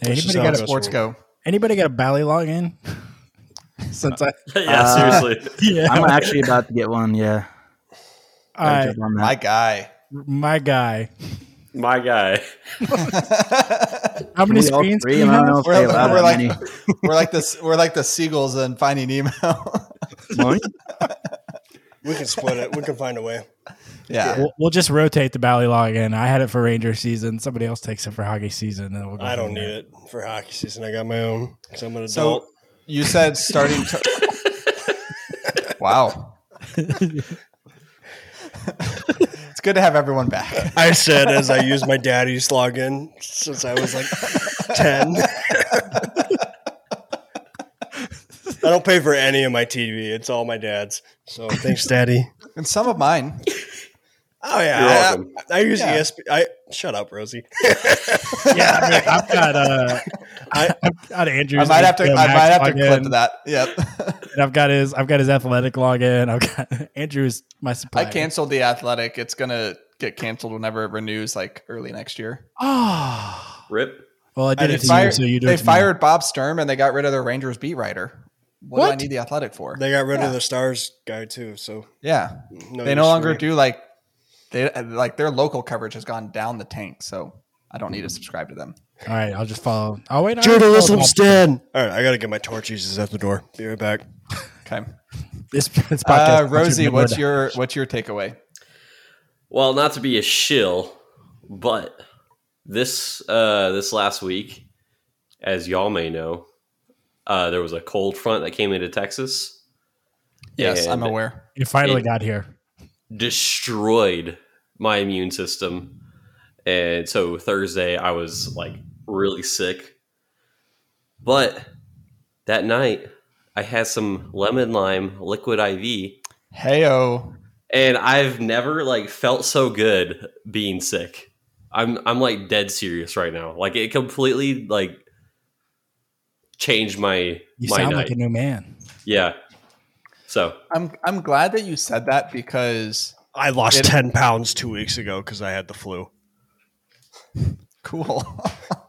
Hey,
Which is
anybody
how
got
it
a
goes.
Sports go.
anybody got a Bally login? since I.
yeah,
Uh,
seriously.
Yeah.
I'm actually about to get one. Yeah,
All right,
Jump on that.
My guy.
my guy.
My guy.
How many
We all
screens?
three,
do you
and I
have?
don't know if
We're-
they allow
we're
that
like-
many.
we're like this. We're like the seagulls in Finding Nemo.
Money?
We can split it. We can find a way.
yeah.
We'll, we'll just rotate the Ballylog in. I had it for Ranger season. Somebody else takes it for hockey season. And then we'll go
I don't
from
need
there.
it for hockey season. I got my own. Cause I'm an adult.
So you said starting. To- wow. it's good to have everyone back.
I said as I used my daddy's login since I was like 10. I don't pay for any of my TV. It's all my dad's. So thanks, Daddy.
And some of mine.
Oh yeah,
You're
I-
welcome.
I, I use
Yeah.
ESP. I shut up, Rosie.
yeah, I mean, I've got uh,
I,
I've got Andrew's.
I might have to. I
HBO
might
Max
have to
login,
clip that. Yep.
and I've got his. I've got his athletic login. I've got Andrew's my supply.
I canceled the athletic. It's gonna get canceled whenever it renews, like early next year.
Oh.
Rip.
Well, I did
they
it to you,
fired,
so you do
they
it to me.
fired Bob Sturm and they got rid of their Rangers beat writer. What, do I
What?
need the athletic for?
they got rid of the Stars guy too. So
Oh,
yeah,
no
they
use
no
for
longer
me.
do like they like their local coverage has gone down the tank. So I don't need to subscribe to them.
All right, I'll just follow. Oh wait, I already
Journalism's
followed
dead. All right, I gotta get my torches at the door. Be right back.
Okay,
This, this podcast.
uh, Rosie,
Richard
what's
Wood.
your what's your takeaway?
Well, not to be a shill, but this uh, this last week, as y'all may know, uh, there was a cold front that came into Texas,
Yes, I'm
And-
aware.
You finally
it-
got here.
destroyed my immune system, and so Thursday I was like really sick. But that night I had some lemon lime liquid IV,
Heyo,
and I've never like felt so good being sick. I'm I'm like dead serious right now. Like it completely like changed my
You
my
sound
night.
like a new man.
yeah. So
I'm I'm glad that you said that because
I lost
It-
ten pounds two weeks ago because I had the flu.
cool.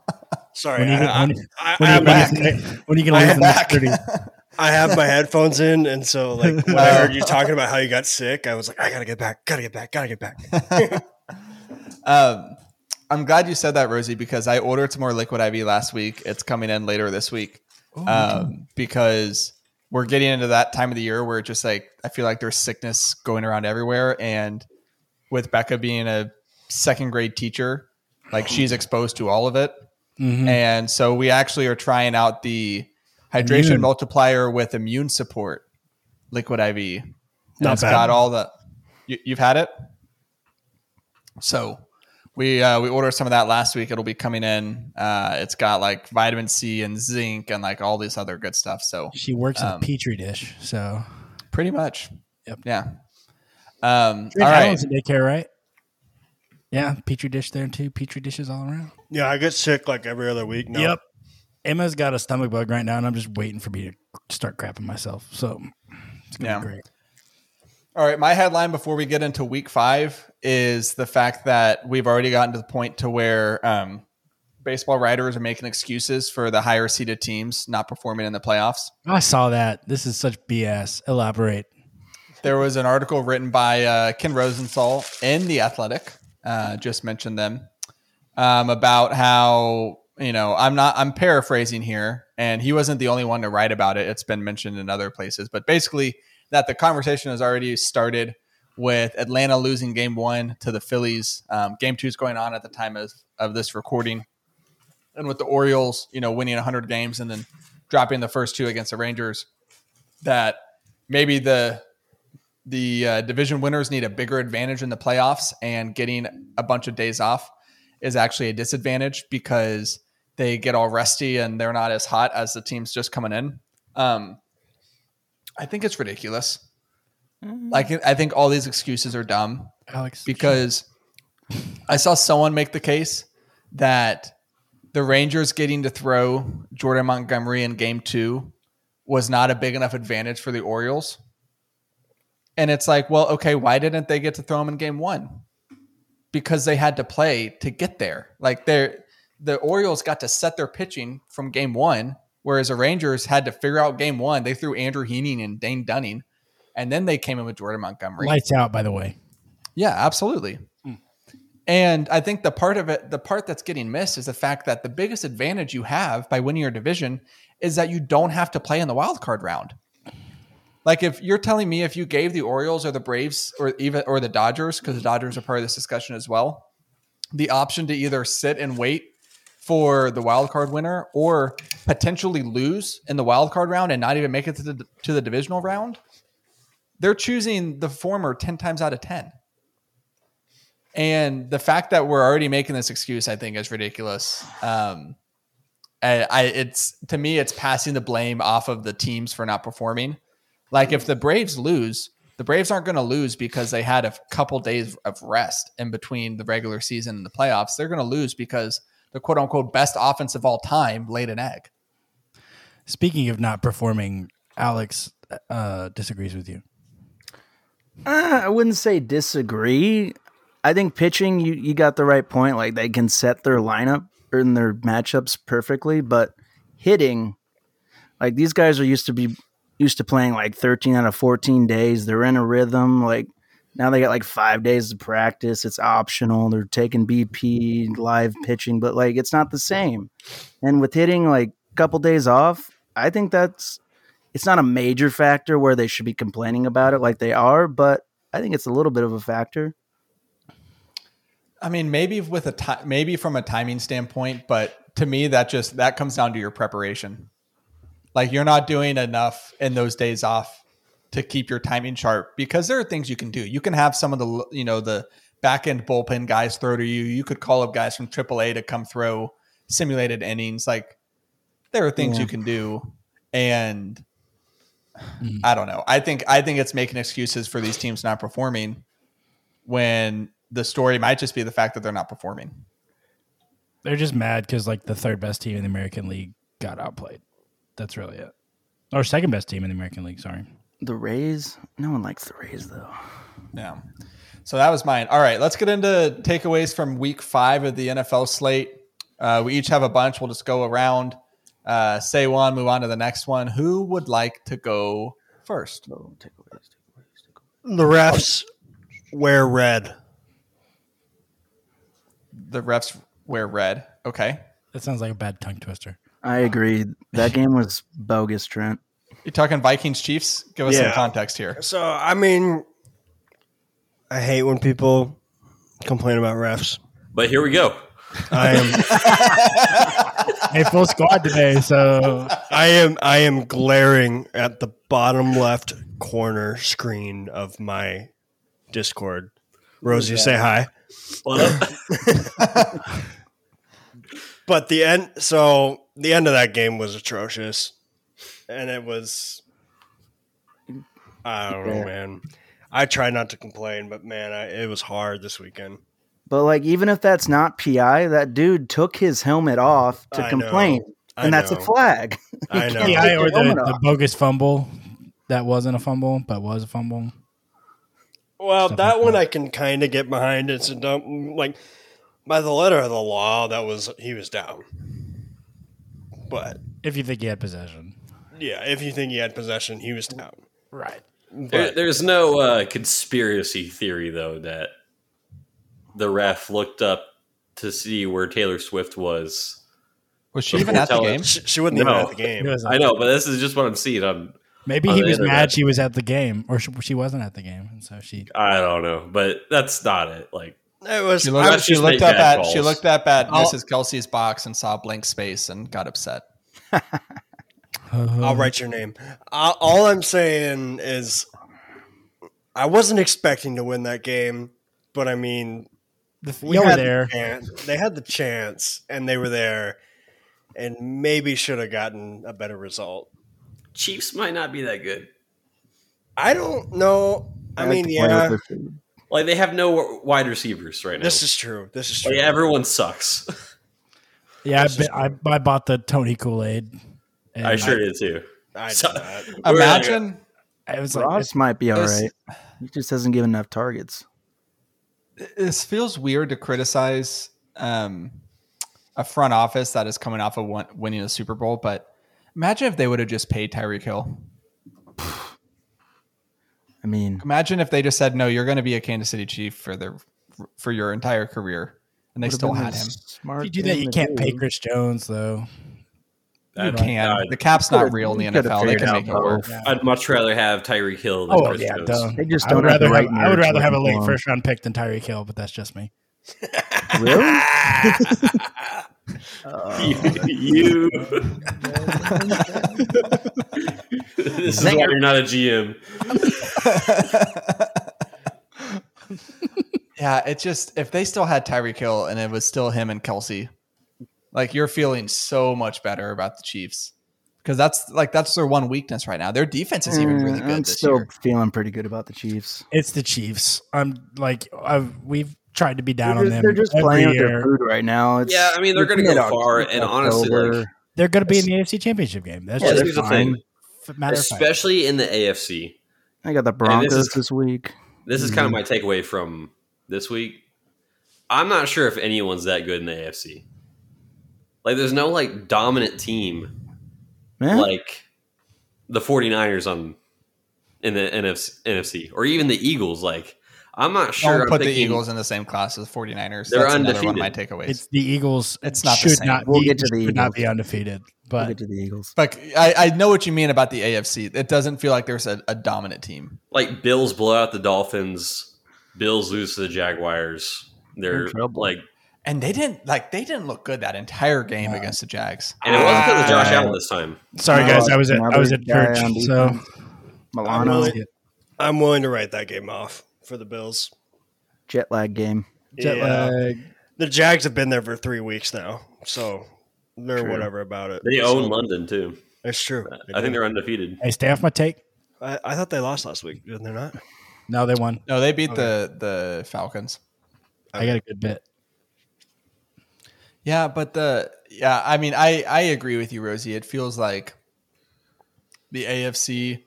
Sorry,
When you
I-
get-
I-
when-
I-
When are you
I'm
gonna
back.
say- when are
I
you going to
am
leave the next
back.
30?
I have my headphones in, and so like when I heard you talking about how you got sick, I was like, I gotta get back, gotta get back, gotta get back.
Um, I'm glad you said that, Rosie, because I ordered some more liquid IV last week. It's coming in later this week
Oh,
um, because we're getting into that time of the year where it just like I feel like there's sickness going around everywhere, and with Becca being a second grade teacher, like she's exposed to all of it,
Mhm.
and so we actually are trying out the hydration
Immune.
multiplier with immune support liquid IV. And
Not
it's
bad.
got all the you, you've had it. So we uh, we ordered some of that last week. It'll be coming in. Uh, it's got like vitamin C and zinc and like all this other good stuff. So
She works in a
Um,
petri dish, so
pretty much,
Yep.
yeah. Um, all
all
right,
right. daycare, right? Yeah, petri dish there too. Petri dishes all around.
Yeah, I get sick like every other week. Now.
Yep. Emma's got a stomach bug right now, and I'm just waiting for me to start crapping myself. So it's gonna
Yeah.
be great.
all right. My headline before we get into week five is the fact that we've already gotten to the point to where um, baseball writers are making excuses for the higher seeded teams not performing in the playoffs.
I saw that. This is such BS. Elaborate.
There was an article written by uh, Ken Rosenthal in The Athletic, uh, just mentioned them, um, about how, you know, I'm not, I'm paraphrasing here, and he wasn't the only one to write about it. It's been mentioned in other places, but basically that the conversation has already started with Atlanta losing game one to the Phillies. Um, game two is going on at the time of, of this recording. And with the Orioles, you know, winning 100 games and then dropping the first two against the Rangers, that maybe the the uh, division winners need a bigger advantage in the playoffs, and getting a bunch of days off is actually a disadvantage because they get all rusty and they're not as hot as the teams just coming in. Um, I think it's ridiculous. Like, I think all these excuses are dumb
Alex,
because I saw someone make the case that the Rangers getting to throw Jordan Montgomery in game two was not a big enough advantage for the Orioles. And it's like, well, okay, why didn't they get to throw him in game one? Because they had to play to get there. Like they're the Orioles got to set their pitching from game one Whereas the Rangers had to figure out game one. They threw Andrew Heaney and Dane Dunning, and then they came in with Jordan Montgomery.
Lights out, by the way.
Yeah, absolutely. And I think the part of it, the part that's getting missed is the fact that the biggest advantage you have by winning your division is that you don't have to play in the wild card round. Like if you're telling me if you gave the Orioles or the Braves or even or the Dodgers, because the Dodgers are part of this discussion as well, the option to either sit and wait for the wild card winner or potentially lose in the wild card round and not even make it to the, to the divisional round, they're choosing the former 10 times out of 10. And the fact that we're already making this excuse, I think, is ridiculous. Um, I, I, it's to me, it's passing the blame off of the teams for not performing. Like if the Braves lose, the Braves aren't going to lose because they had a f- couple days of rest in between the regular season and the playoffs. They're going to lose because the quote unquote best offense of all time laid an egg.
Speaking of not performing, Alex uh, disagrees with you.
Uh, I wouldn't say disagree. I think pitching, you, you got the right point. Like they can set their lineup or in their matchups perfectly, but hitting, like these guys are used to be used to playing like 13 out of 14 days. They're in a rhythm. Like now they got like five days to practice. It's optional. They're taking BP live pitching, but like it's not the same. And with hitting like a couple days off, I think that's it's not a major factor where they should be complaining about it like they are, but I think it's a little bit of a factor.
I mean, maybe with a ti- maybe from a timing standpoint, but to me, that just that comes down to your preparation. Like you're not doing enough in those days off to keep your timing sharp because there are things you can do. You can have some of the l- you know the back end bullpen guys throw to you. You could call up guys from AAA to come throw simulated innings. Like there are things you can do, and I don't know. I think I think it's making excuses for these teams not performing when the story might just be the fact that they're not performing.
They're just mad because like the third best team in the American League got outplayed. That's really it. Or second best team in the American League. Sorry.
The Rays, no one likes the Rays though.
Yeah. So that was mine. All right, let's get into takeaways from week five of the NFL slate. Uh, we each have a bunch. We'll just go around, uh, say one, move on to the next one. Who would like to go first?
Oh, take away this, take away this, take away-
The refs wear red.
The refs wear red. Okay.
That sounds like a bad tongue twister.
I agree. That game was bogus, Trent.
You're talking Vikings Chiefs? Give us some
Yeah.
context here.
So I mean, I hate when people complain about refs.
But here we go.
I am,
hey, full squad today. So
I am, I am glaring at the bottom left corner screen of my Discord. Rosie, say hi.
What up?
But the end, so the end of that game was atrocious, and it was. I don't know, man. I try not to complain, but man, I, it was hard this weekend.
But like, even if that's not PI, that dude took his helmet off to
I know.
complain,
I
and that's a
know.
flag.
I know.
Yeah,
PI or
Take
the,
your helmet
the
off.
bogus fumble that wasn't a fumble but was a fumble.
Well,
Stuff
that
like
one
that.
I can kind of get behind. It's a dumb, like by the letter of the law, that was he was down. But
If you think he had possession,
yeah, if you think he had possession, he was down.
right?
There, there's no uh, conspiracy theory though that the ref looked up to see where Taylor Swift was.
Was she even at the
tell
game?
She, she wasn't
No.
even at the game.
I know, but this is just what I'm seeing. I'm
Maybe
on
he
the
was mad
internet.
she was at the game, or she, she wasn't at the game, and so she.
I don't know, but that's not it. Like
It was.
She looked,
I,
just
she looked
make
up
bad
at she
calls.
looked up at Mrs. Kelsey's box and saw blank space and got upset.
Mm-hmm.
I'll write your name. I, all I'm saying is, I wasn't expecting to win that game, but I mean,
We were
had
there.
The chance, they had the chance, and they were there, and maybe should have gotten a better result.
Chiefs might not be that good.
I don't know. I
Like,
mean,
the
yeah,
player with the-
Like they have no wide receivers right now.
this is true. This is true.
like everyone sucks.
Yeah, I, bet- I, I bought the Tony Kool Aid.
I sure did too.
I did
So-
not.
We're like-
Imagine
I was like,
Ross might be all
this-
right. He just doesn't give enough targets.
this feels weird to criticize um, a front office that is coming off of one, winning a Super Bowl, but Imagine if they would have just paid Tyreek Hill.
I mean,
Imagine if they just said, "No, you're going to be a Kansas City Chief for their for your entire career," and they still had him.
If
Smart
you do that,
thing
you
to
can't
do.
pay Chris Jones though.
You
I'd-
can.
I'd-
the cap's not real in
you
the
could've
NFL. They
figured
can
out
make it
how-
work.
Yeah.
I'd much rather have Tyreek Hill than
Oh
Chris
yeah,
Jones.
duh.
They just
I would
don't have the
rather
right
have, I would rather
narrative
have a
for
late
them.
first round pick than Tyreek Hill, but that's just me.
Really?
Ah,
Uh,
you. this is why you're not a GM.
Yeah, it just if they still had Tyreek Hill and it was still him and Kelsey, like you're feeling so much better about the Chiefs because that's like that's their one weakness right now. Their defense is even really
Mm,
Eh,
good
I'm
this
still
year.
feeling pretty good about the Chiefs.
It's the Chiefs. I'm like I've, we've tried to be down
they're,
on
just-
them.
they're just
every
playing with
year.
their food right now. It's,
Yeah, I mean, they're
it's
gonna go
mid-October,
far, and honestly,
October.
like-
They're going to be in the AFC Championship game. That's
Yeah,
just
here's the
fine.
thing,
F- Matter of fact,
especially in the AFC.
I got the
this
Broncos
is-
this, week.
This is kind
Mm-hmm.
of my takeaway from this week. I'm not sure if anyone's that good in the AFC. Like, there's no like dominant team
Man,
like the 49ers on in the NFC, NFC or even the Eagles. Like, I'm not sure.
Don't
I'm
put the
picking-
Eagles in the same class as 49ers.
They're
That's another one of my
undefeated.
takeaways.
it's the Eagles.
It's not the
should
same.
not.
We'll
be,
get to the
should not
Eagles.
be undefeated.
we'll
But
get to the Eagles.
Like I, I know what you mean about the AFC. It doesn't feel like there's a, a dominant team.
like Bills blow out the Dolphins, Bills lose to the Jaguars.
They're
They're
in trouble.
like,
And they didn't like they didn't look good that entire game
No.
against the Jags.
and it wasn't because of Josh
Ah.
Allen this time.
sorry, guys, I was at
Another
I was at
guy
church.
on
So
defense. Milano
Really? I'm willing to write that game off for the Bills.
jet lag game.
jet
Yeah.
lag.
The Jags have been there for three weeks now, so they're
True.
whatever about it.
They
So,
own London too.
It's true.
Uh, I think they're undefeated.
Hey, stay off my take.
I, I thought they lost last week, didn't they not?
No, they won.
No, they beat the the Falcons.
I got a good bit.
Yeah, but the yeah, I mean, I I agree with you, Rosie. It feels like the AFC.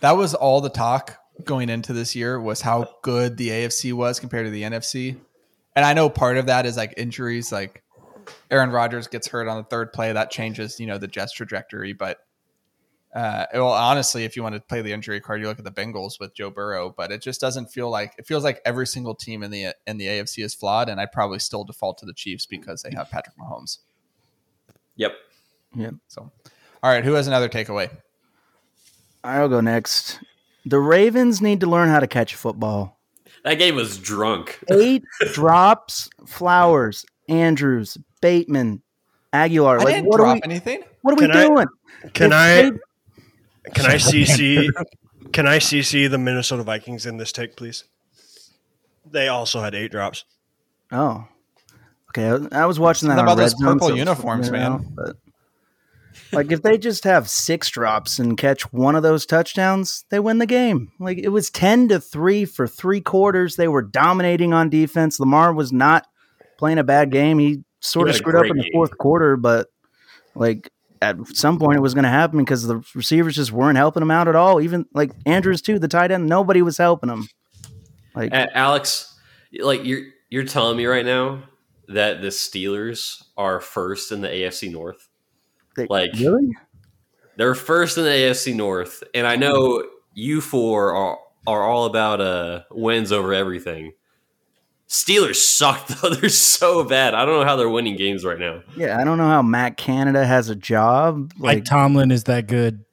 That was all the talk going into this year was how good the AFC was compared to the NFC, and I know part of that is like injuries, like Aaron Rodgers gets hurt on the third play, that changes you know the Jets' trajectory. But uh, well, honestly, if you want to play the injury card, you look at the Bengals with Joe Burrow, but it just doesn't feel like it feels like every single team in the in the AFC is flawed, and I probably still default to the Chiefs because they have Patrick Mahomes.
Yep.
So, all right, who has another takeaway?
I'll go next. The Ravens need to learn how to catch a football.
That game was drunk.
Eight drops, Flowers, Andrews, Bateman, Aguilar.
I
Like
didn't
what are
drop
we?
anything.
What are we
Can I-
doing?
Can
If
I
they-
can I CC can I CC the Minnesota Vikings in this take, please? They also had eight drops.
Oh, okay. I- I was watching that
What
on
about
Red
those
Zone,
purple
so-
uniforms,
you
man?
but- like if they just have six drops and catch one of those touchdowns, they win the game. Like it was ten to three for three quarters. They were dominating on defense. Lamar was not playing a bad game. He sort
He had
of
a
screwed up
great
in the
game.
fourth quarter, but like at some point it was going to happen because the receivers just weren't helping him out at all. Even like Andrews too, the tight end, nobody was helping him. Like
A- Alex, like you're you're telling me right now that the Steelers are first in the AFC North.
they-
like-
really.
They're first in the AFC North, and I know you four are are all about uh wins over everything. Steelers suck though; they're so bad. I don't know how they're winning games right now.
Yeah, I don't know how Matt Canada has a job.
Like,
Like,
Tomlin is that good?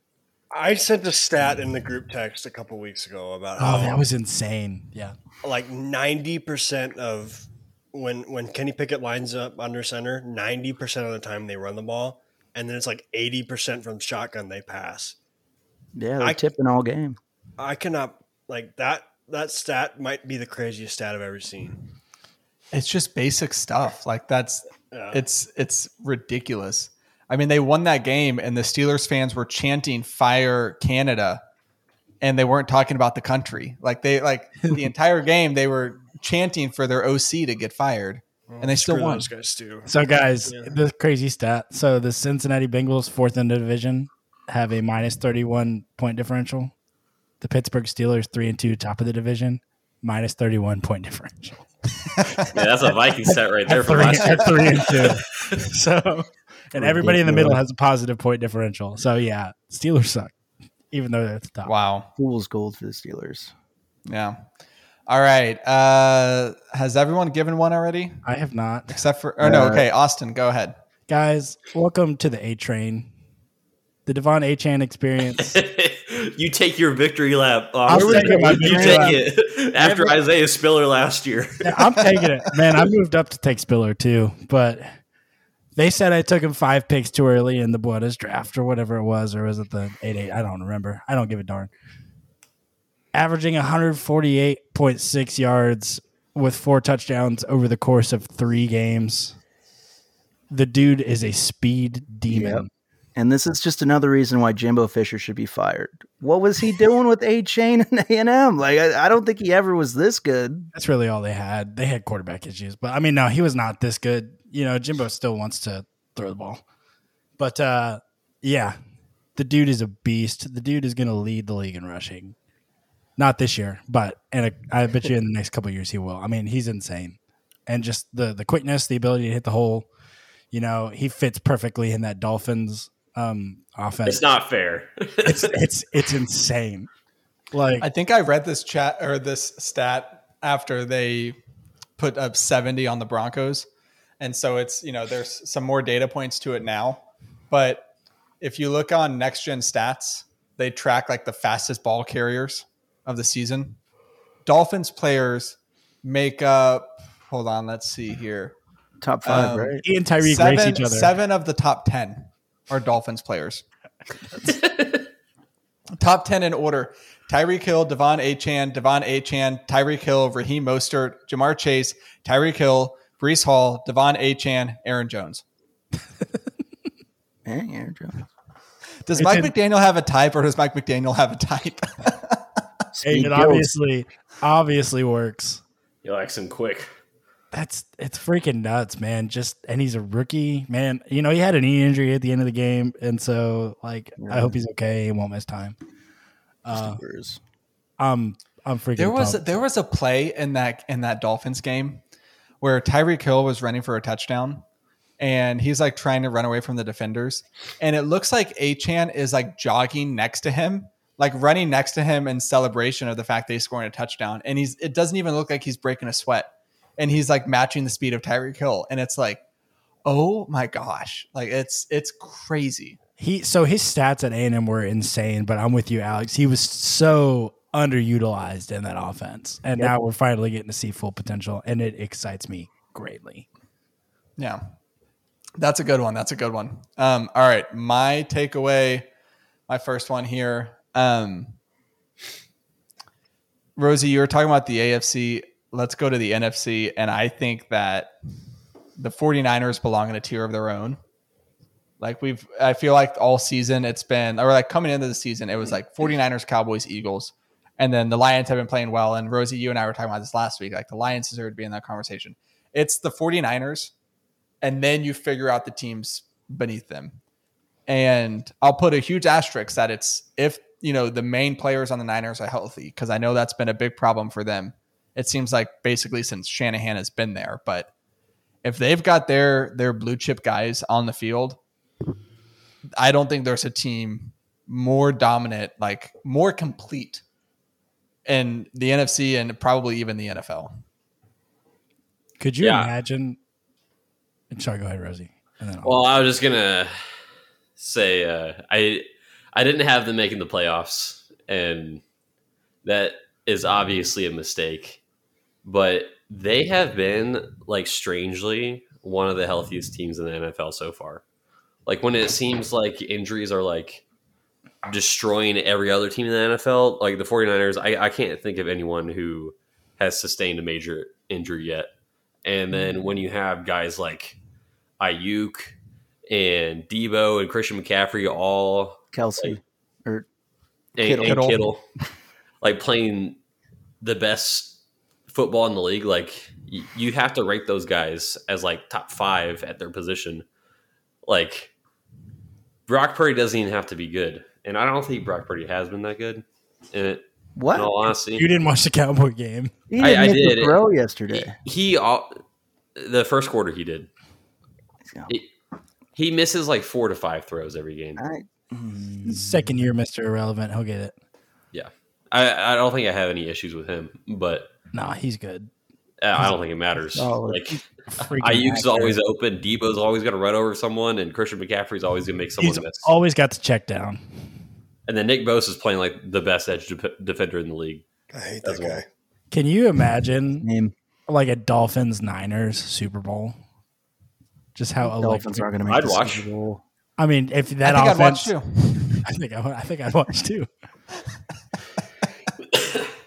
I sent a stat in the group text a couple weeks ago about
Oh,
how
that was insane. Yeah,
like ninety percent of when when Kenny Pickett lines up under center, ninety percent of the time they run the ball, and then it's like eighty percent from shotgun they pass.
yeah, they're
I-
tipping all game.
I cannot like that. That stat might be the craziest stat I've ever seen.
It's just basic stuff. Like that's
Yeah.
it's it's ridiculous. I mean, they won that game, and the Steelers fans were chanting "Fire Canada," and they weren't talking about the country. Like they like the entire game, they were chanting for their OC to get fired, and they still
Mm, Screw
won.
those guys too.
So, guys,
Yeah.
the crazy stat. So, the Cincinnati Bengals, fourth in the division, have a minus 31 point differential. The Pittsburgh Steelers, three and two, top of the division, minus 31 point differential.
Yeah, that's a Viking set right there for
Three,
last year.
at three and two. So, and everybody in the middle has a positive point differential. So yeah, Steelers suck, even though they're at the top.
Wow.
Fool's gold for the Steelers.
Yeah. All right. Uh, has everyone given one already?
I have not,
Except for, or no,
Uh,
okay, Austin, go ahead.
guys. Welcome to the A Train, the Devon A Chan experience.
you take your victory lap.
I'm
Austin.
taking my
you
victory
take
lap.
it after Isaiah Spiller last year.
Yeah, I'm taking it, man. I moved up to take Spiller too, but they said I took him five picks too early in the Buenas draft or whatever it was, or was it the eight eight? I don't remember. I don't give a darn. Averaging 148.6 yards with four touchdowns over the course of three games. The dude is a speed demon.
And this is just another reason why Jimbo Fisher should be fired. What was he doing with A Chain and A and M? Like, I, I don't think he ever was this good.
That's really all they had. They had quarterback issues, but I mean, no, he was not this good. You know, Jimbo still wants to throw the ball, but uh, yeah, the dude is a beast. The dude is going to lead the league in rushing. Not this year, but and I I bet you in the next couple of years he will. I mean, he's insane, and just the the quickness, the ability to hit the hole. You know, he fits perfectly in that Dolphins um, offense.
It's not fair.
It's it's, it's insane. Like
I think I read this chat or this stat after they put up 70 on the Broncos. And so it's, you know, there's some more data points to it now. But if you look on next gen stats, they track like the fastest ball carriers of the season. Dolphins players make up, hold on, let's see here.
Top five,
Um,
right?
he and Tyreek race
Seven,
each other.
seven of the top 10 are Dolphins players. top 10 in order Tyreek Hill, Devon Achan, Devon Achan, Tyreek Hill, Raheem Mostert, Jamar Chase, Tyreek Hill, Brees Hall, Devon Achan, Aaron Jones.
Eh, Aaron Jones.
Does
It's
Mike
in-
McDaniel have a type or does Mike McDaniel have a type?
and
Speed
it
kills.
obviously obviously works.
you like some quick.
That's it's freaking nuts, man. Just and he's a rookie, man. You know he had a knee injury at the end of the game, and so like I hope he's okay. He won't miss time. Uh,
Steelers.
I'm I'm freaking.
There was
pumped.
there was a play in that in that Dolphins game where Tyreek Hill was running for a touchdown and he's like trying to run away from the defenders and it looks like Achan is like jogging next to him like running next to him in celebration of the fact they scoring a touchdown and he's it doesn't even look like he's breaking a sweat and he's like matching the speed of Tyreek Hill and it's like oh my gosh like it's it's crazy
he so his stats at A&M were insane, but I'm with you, Alex. He was so underutilized in that offense, and now we're finally getting to see full potential, and it excites me greatly.
Yeah. That's a good one. That's a good one. Um, all right. My takeaway, my first one here. Um, Rosie, you were talking about the AFC. Let's go to the NFC. And I think that the 49ers belong in a tier of their own. Like we've, I feel like all season it's been, or like coming into the season, it was like 49ers, Cowboys, Eagles. And then the Lions have been playing well. And Rosie, you and I were talking about this last week. Like the Lions deserve to be in that conversation. It's the 49ers and then you figure out the teams beneath them. And I'll put a huge asterisk that it's if you know the main players on the Niners are healthy because I know that's been a big problem for them. It seems like basically since Shanahan has been there, but if they've got their their blue chip guys on the field, I don't think there's a team more dominant, like more complete in the NFC and probably even the NFL.
Could you
Yeah.
imagine? Sorry, go ahead, Rosie. And then I'll-
Well, I was just gonna say uh, I I didn't have them making the playoffs, and that is obviously a mistake. But they have been like strangely one of the healthiest teams in the NFL so far. Like when it seems like injuries are like destroying every other team in the NFL, like the 49ers, I, I can't think of anyone who has sustained a major injury yet. And then when you have guys like Ayuk and Debo and Christian McCaffrey all
Kelsey. Or
and
Kittle.
Kittle,
Kittle.
and Kittle like playing the best football in the league. Like y- you have to rate those guys as like top five at their position. Like Brock Purdy doesn't even have to be good, and I don't think Brock Purdy has been that good. In, it, in
what?
all honesty,
you didn't watch the Cowboy game.
He
I- I
didn't make
did.
the throw yesterday.
he all the first quarter he did.
Yeah.
He- He misses like four to five throws every game.
right. Hmm.
Second year, Mister Irrelevant. He'll get it.
I, I don't think I have any issues with him, but
Nah, he's good.
I I don't think it matters.
Oh,
like
Freaking
IU's
accurate.
always open, Debo's always going to run over someone, and Christian McCaffrey's always going to make someone
He's
miss.
always got the check down.
and then Nick Bose is playing like the best edge de- defender in the league.
I hate
That's
that
one.
guy.
Can you imagine
Name.
like a Dolphins Niners Super Bowl? Just how electric.
Dolphins aren't going to make
I'd
the
watch.
Super Bowl.
I mean, if that
I think I'd watch
offense,
too.
I think I, I think I'd watch too.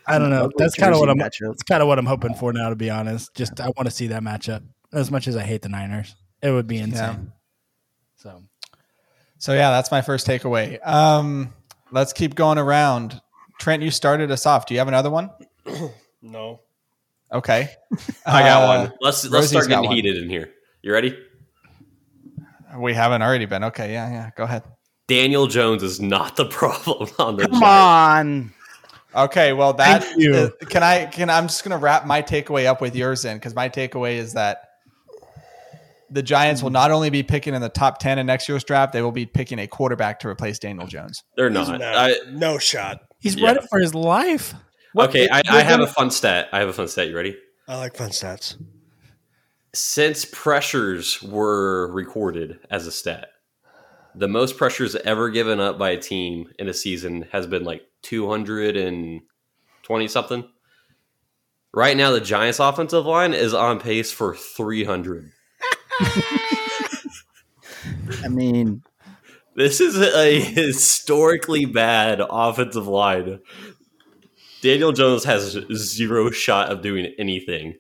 I don't know.
Ugly
That's kind of
Jersey
what I'm.
matchup.
That's kind of what I'm hoping for now. To be honest, just I want to see that matchup. As much as I hate the Niners, it would be insane.
Yeah.
So
So yeah, that's my first takeaway. Um, let's keep going around. Trent, you started us off. Do you have another one?
No.
Okay.
I got
Uh,
one. Let's let's
Rosie's
start
got
getting
one.
heated in here. You ready?
We haven't already been. Okay. Yeah. Yeah. Go ahead.
Daniel Jones is not the problem on the
Come on.
Okay. Well, that
Thank you.
uh, can I can I'm just gonna wrap my takeaway up with yours in because my takeaway is that the Giants will not only be picking in the top ten in next year's draft, they will be picking a quarterback to replace Daniel Jones.
They're
He's
not.
not-
I,
no shot.
he's
Yeah.
running for his life.
okay, I, I have a fun stat. I have a fun stat. You ready?
I like fun stats.
Since pressures were recorded as a stat, the most pressures ever given up by a team in a season has been like 220 something. Right now, the Giants' offensive line is on pace for 300.
I mean,
This is a historically bad offensive line. Daniel Jones has zero shot of doing anything.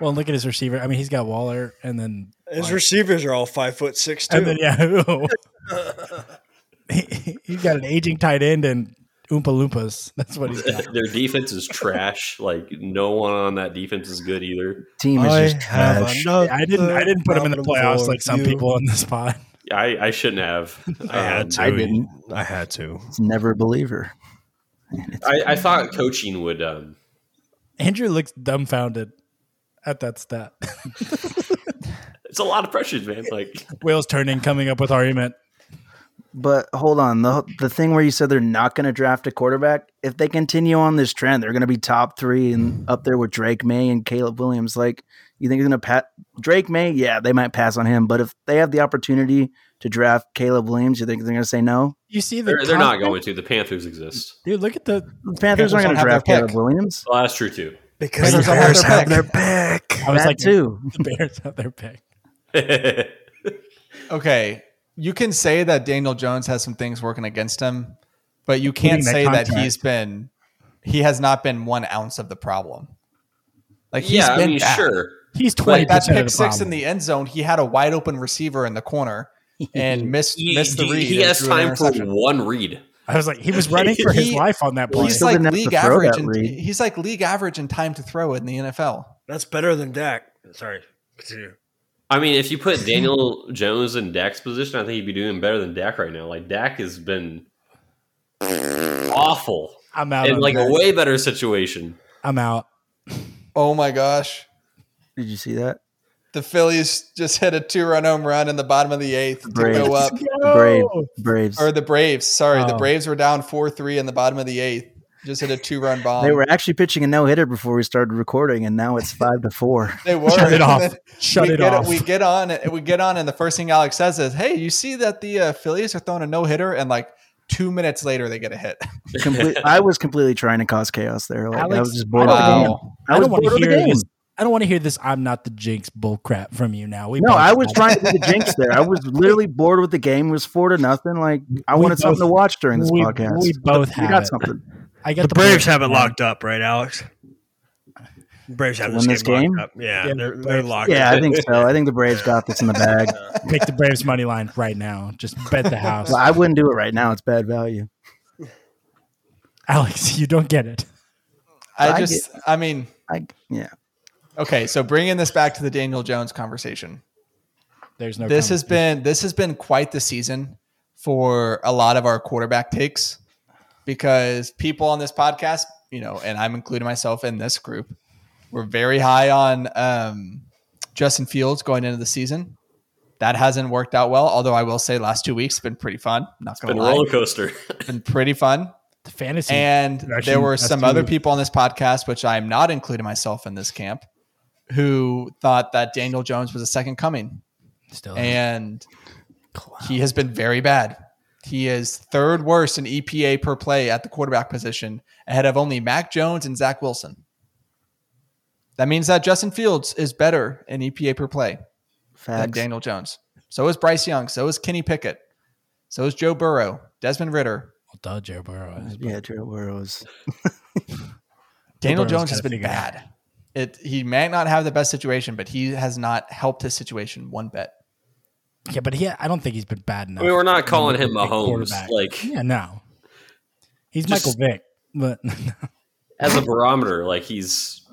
Well, look at his receiver. I mean, he's got Waller, and then
His
like-
receivers are all five foot six too.
and then yeah, he, he's got an aging tight end and Oompa Loompas. That's what he's got.
Their defense is trash. Like no one on that defense is good either.
team is just trash.
another
I didn't. I didn't put him in the
problem
playoffs
for
like some
you.
people in this pod.
I, I shouldn't have.
I had
Um,
to.
I didn't.
I had to.
It's never a believer. And it's
I, I thought coaching would. Um,
Andrew looks dumbfounded at that stat.
it's a lot of pressures, man. Like
Will's turning, coming up with argument.
But hold on, the the thing where you said they're not going to draft a quarterback, if they continue on this trend, they're going to be top three and up there with Drake May and Caleb Williams. Like, you think they're going to pat Drake May? Yeah, they might pass on him, but if they have the opportunity to draft Caleb Williams, you think they're going to say no?
You see the
they're, they're not
confidence-
going to. The Panthers exist.
Dude, look at the.
The Panthers aren't
don't
going to
have their
draft Caleb
pick.
Williams.
Well, that's true too.
Because the
Bears don't have
Bears
their
have
pick.
their pick.
I was
that
like
too.
the Bears out their pick.
Okay. You can say that Daniel Jones has some things working against him, but you can't
Including that
say that
contract.
he's been he has not been one ounce of the problem. Like he's
yeah, I
been
mean,
bad.
sure.
He's twenty
Like that
percent
pick
of the
six
problem.
in the end zone, he had a wide open receiver in the corner and missed
He,
missed the
he-
read.
he
and
has
drew an
time for
interception.
one read.
I was like, he was running for his
He-
life on that play.
He's
Still
like
didn't have to
league
throw
average.
that
In,
read.
he's like league average in time to throw in the NFL.
That's better than Dak. Sorry. Continue.
I mean, if you put Daniel Jones in Dak's position, I think he'd be doing better than Dak right now. Like Dak has been awful
I'm out.
in
on
like a
that.
way better situation.
I'm out.
Oh my gosh.
Did you see that?
The Phillies just hit a two run home run in the bottom of the eighth to
Braves.
go up.
The Brave, Braves.
Or the Braves. Sorry. The
Oh.
Braves were down 4 3 in the bottom of the eighth. Just hit a two run bomb.
They were actually pitching a no hitter before we started recording, and now it's five to four.
They were.
Shut it
And
off.
then
Shut
we
it
get,
off.
We get on. We get on, and the first thing Alex says is, "Hey, you see that the uh, Phillies are throwing a no hitter?" And like two minutes later, they get a hit.
Complete, I was completely trying to cause chaos there. Like, I
Alex,
was just bored
I
of
don't-
the game. I,
I
was
don't want
bored
to
of the
hear
game.
this. I don't want to hear this. I'm not the jinx bullcrap from you now. We
No,
both
I was
know.
trying to be the jinx there. I was literally bored with the game. It was four to nothing. Like I
We
wanted something
both-
to watch during this
we,
podcast.
We both
we
have
got
it.
something.
I get
The Braves have it
man.
locked up, right, Alex? Braves have
Won
this,
this
game,
game?
locked up. Yeah,
Yeah,
they're, they're
Braves.
locked
Yeah,
up.
I think so. I think the Braves got this in the bag.
Pick the Braves money line right now. Just bet the house,
Well, I wouldn't do it right now. It's bad value.
Alex. You don't get it.
I
I
just, I mean,
I yeah.
okay. So bringing this back to the Daniel Jones conversation,
There's no.
this has
comment.
been this has been quite the season for a lot of our quarterback takes because people on this podcast, you know, and I'm including myself in this group, were very high on um, Justin Fields going into the season. That hasn't worked out well. Although I will say, last two weeks have been pretty fun. Not
Been
gonna
a
lie,
roller coaster.
been pretty fun.
The fantasy.
And
production
there were
has
some
to-
other people on this podcast, which I am not including myself in this camp, who thought that Daniel Jones was a second coming,
still
and he has been very bad. He is third worst in EPA per play at the quarterback position, ahead of only Mac Jones and Zach Wilson. That means that Justin Fields is better in EPA per play than
Facts.
Daniel Jones. So is Bryce Young. So is Kenny Pickett. So is Joe Burrow, Desmond Ritter.
duh, Joe Burrow. is, but
Yeah, Joe Burrow's.
Daniel
Burrow's
Jones has
gotta
been
figure it out.
bad. It he may not have the best situation, but he has not helped his situation one bit.
Yeah, but he, I don't think he's been bad enough.
I mean, we're not calling him
Big
Mahomes.
quarterback.
Like
yeah, no, he's
Just-
Michael Vick, but
as a barometer, like he's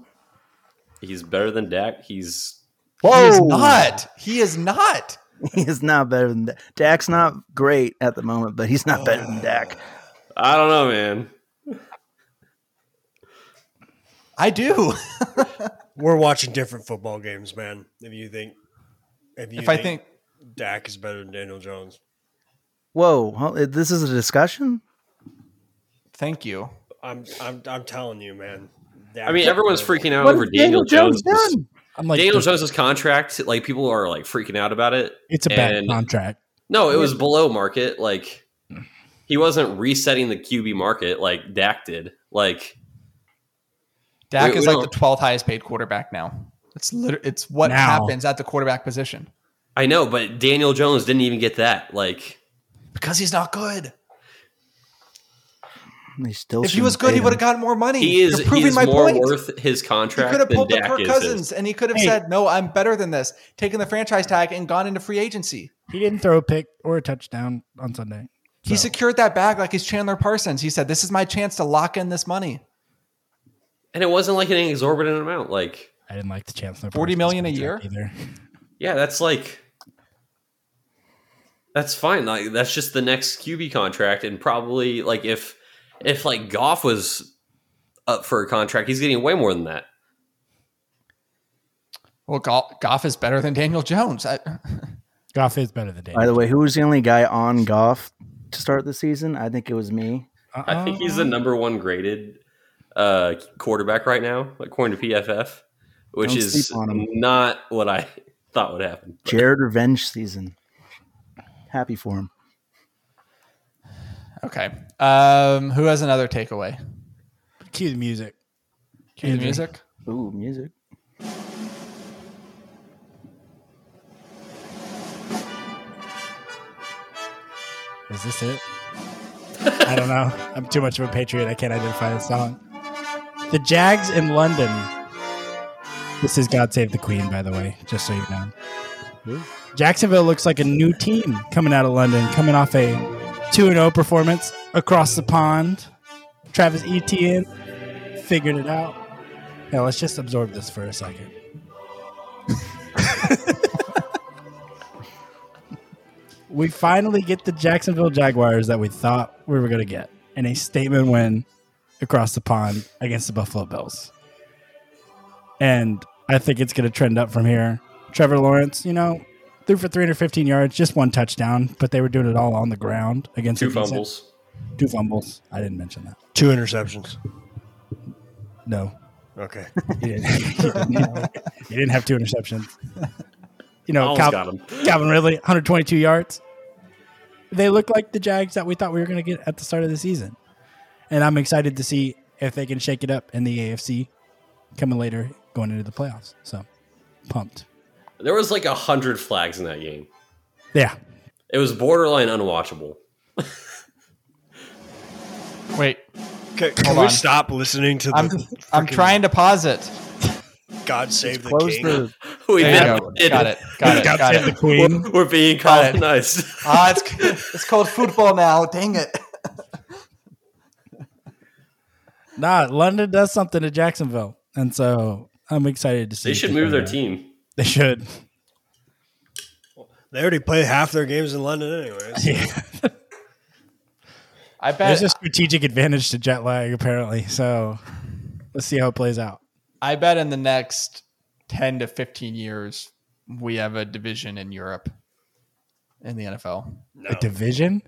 he's better than Dak. He's
He is not. He is not.
He is not better than that. Dak's not great at the moment, but he's not better than Dak.
I don't know, man.
I do.
We're watching different football games, man. If you think, if you
if I think
Dak is better than Daniel Jones,
Whoa, huh, this is a discussion.
thank you.
I'm I'm I'm telling you, man.
I mean, everyone's freaking out
What
over
has
Daniel, Jones.
done?
I'm like,
Daniel
this-
Jones's contract, like people are like freaking out about it.
it's a bad
and-
contract.
No, it was below market. Like he wasn't resetting the QB market like Dak did. Like
Dak
We-
is
we
like the
don't-
twelfth highest paid quarterback now. It's liter- it's what
Now.
happens at the quarterback position.
I know, but Daniel Jones didn't even get that. Like
Because he's not good.
They still
if he was
shouldn't
good,
pay
he would have
him.
gotten more money.
he is
You're proving
he's
my
more
point.
worth his
He
contract
could have
than
pulled the
Dak
Kirk
is.
Cousins and he could have
Hey.
said, No, I'm better than this, taken the franchise tag and gone into free agency.
He didn't throw a pick or a touchdown on Sunday.
He
So-
secured that bag like he's Chandler Parsons. He said, This is my chance to lock in this money.
And it wasn't like an exorbitant amount. Like,
I didn't like the Chancellor.
40
Parsons
million a
contract either.
yeah, that's like that's fine. Like that's just the next QB contract and probably like if if like Goff was up for a contract, he's getting way more than that.
Well, Goff, Goff is better than Daniel Jones. I,
Goff is better than Daniel.
By the way, who was the only guy on golf to start the season? I think it was me.
Uh-uh.
I think he's the
Um.
number one graded uh, quarterback right now, according to PFF, which
Don't
is
sleep on him.
not what I thought would happen.
Jared revenge season. Happy for him.
okay. Um, who has another takeaway?
cue the music.
Cue the
Andrew.
music.
Ooh, music.
Is this it? I don't know. I'm too much of a patriot. I can't identify the song. The Jags in London. This is God Save the Queen, by the way, just so you know. Jacksonville looks like a new team coming out of London, coming off a 2 0 performance across the pond. Travis Etienne figured it out. Now, let's just absorb this for a second. we finally get the Jacksonville Jaguars that we thought we were going to get in a statement win across the pond against the Buffalo Bills. And I think it's going to trend up from here. Trevor Lawrence, you know, threw for 315 yards, just one touchdown, but they were doing it all on the ground against
Two
a decent-
fumbles.
Two fumbles. I didn't mention that.
two interceptions.
No,
Okay,
he didn't. he, didn't he didn't have two interceptions. You know,
Almost
Cal-
got him.
Calvin Ridley, 122 yards. They look like the Jags that we thought we were going to get at the start of the season. And I'm excited to see if they can shake it up in the AFC coming later going into the playoffs. So pumped.
There was like a hundred flags in that game.
Yeah.
It was borderline unwatchable.
Wait,
okay.
Hold
Can we
on.
stop listening to the
I'm I'm trying to pause it.
God Save the
Close
King?
the
We
There you
never
go.
did
Got it. Got it.
God
Got
save
it.
the queen.
We're, we're being
Got it.
colonized.
Ah, it's it's called football now. Dang it.
Nah, London does something to Jacksonville. And so I'm excited to see.
they
if
should move
can
their
do that.
team.
They should.
They already play half their games in London, anyways.
Yeah.
I
There's
bet
a strategic advantage to jet lag, apparently. So let's see how it plays out.
I bet in the next 10 to 15 years we have a division in Europe in the NFL.
No.
A division?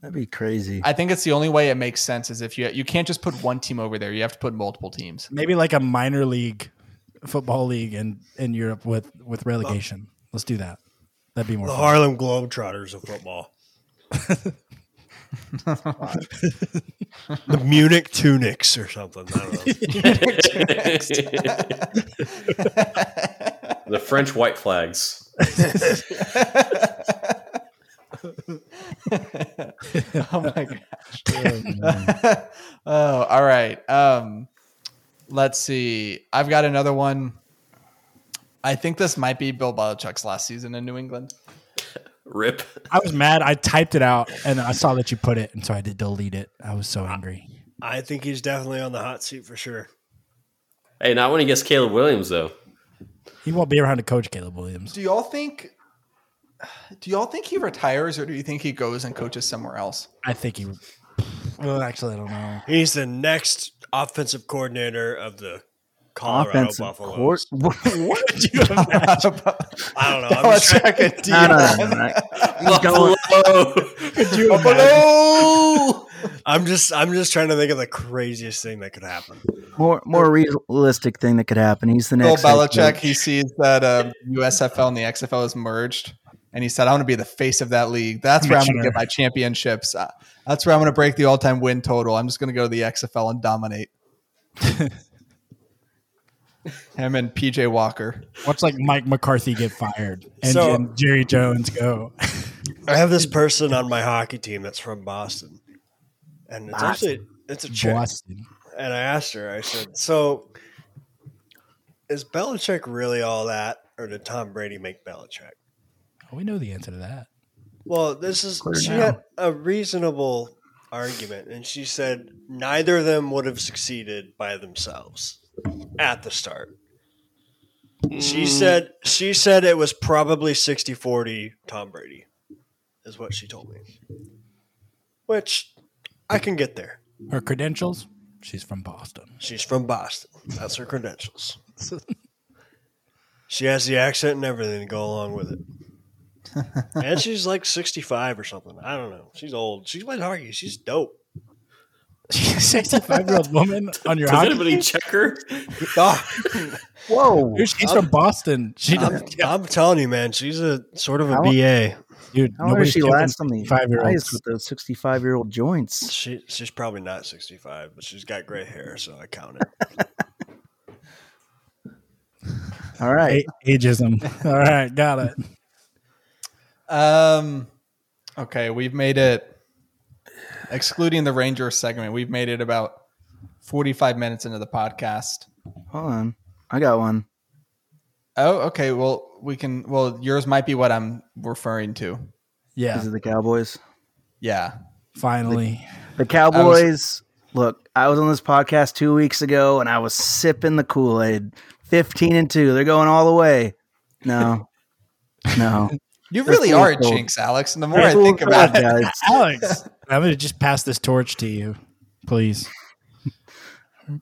That'd be crazy.
I think it's the only way it makes sense is if you you can't just put one team over there. You have to put multiple teams.
Maybe like a minor league football league in, in Europe with, with relegation. Let's do that. That'd be more
The
fun.
Harlem Globetrotters of football. the Munich Tunics or something. I don't know.
the French white flags.
oh my gosh. oh, all right. Um, let's see. I've got another one. I think this might be Bill Belichick's last season in New England.
Rip.
I was mad. I typed it out and I saw that you put it, and so I did delete it. I was so angry.
I think he's definitely on the hot seat for sure.
Hey, now I want to guess Caleb Williams though.
He won't be around to coach Caleb Williams.
Do y'all think? Do y'all think he retires, or do you think he goes and coaches somewhere else?
I think he. Well, actually, I don't know.
He's the next offensive coordinator of the Colorado
Offensive
Buffaloes.
court. What?
I don't know.
Oh,
I'm just trying-
no, no, no, no.
Buffalo.
Buffalo!
I'm just I'm just trying to think of the craziest thing that could happen.
More, more realistic thing that could happen. He's the
Bill
next head
Belichick,
coach.
he sees that um, USFL and the XFL is merged, and he said, "I want to be the face of that league. That's where I'm going to get my championships. Uh, that's where I'm going to break the all-time win total. I'm just going to go to the XFL and dominate." Him and PJ Walker.
Watch like Mike McCarthy get fired and,
So-
and Jerry Jones go.
I have this person on my hockey team that's from Boston, and it's
Boston.
actually it's a chick.
Boston.
And I asked her. I said, "So, is Belichick really all that, or did Tom Brady make Belichick?"
Oh, We know the answer to that.
Well, this is she
now.
had a reasonable argument, and she said neither of them would have succeeded by themselves at the start. She said she said it was probably 60-40 Tom Brady, is what she told me. Which I can get there.
Her credentials? She's from Boston.
She's from Boston. That's her credentials. She has the accent and everything to go along with it. and she's like 65 or something. I don't know. She's old. She's played hockey. She's dope.
Sixty-five year old woman on your
Does
hockey.
anybody check her?
Whoa.
Dude, she's from Boston. She
I'm,
doesn't.
I'm telling you, man, she's a sort of a
How-
BA.
Dude,
How long
nobody's
does she last on the
five year
ice
olds.
with those 65 year old joints?
She, she's probably not 65, but she's got gray hair, so I count it.
All right.
Ageism. All right, got it.
Um, okay, we've made it, excluding the Ranger segment, we've made it about 45 minutes into the podcast.
Hold on. I got one.
Oh, okay. Well, we can. Well, yours might be what I'm referring to.
Is
Yeah,
it the Cowboys?
Yeah.
finally.
The Cowboys. look, I was on this podcast two weeks ago and I was sipping the Kool Aid. 15 and 2. They're going all the way. No. No.
You
They're
really are a
foolproof.
jinx, Alex. And the more I think about it,
guys.
Alex, I'm gonna just pass this torch to you, please.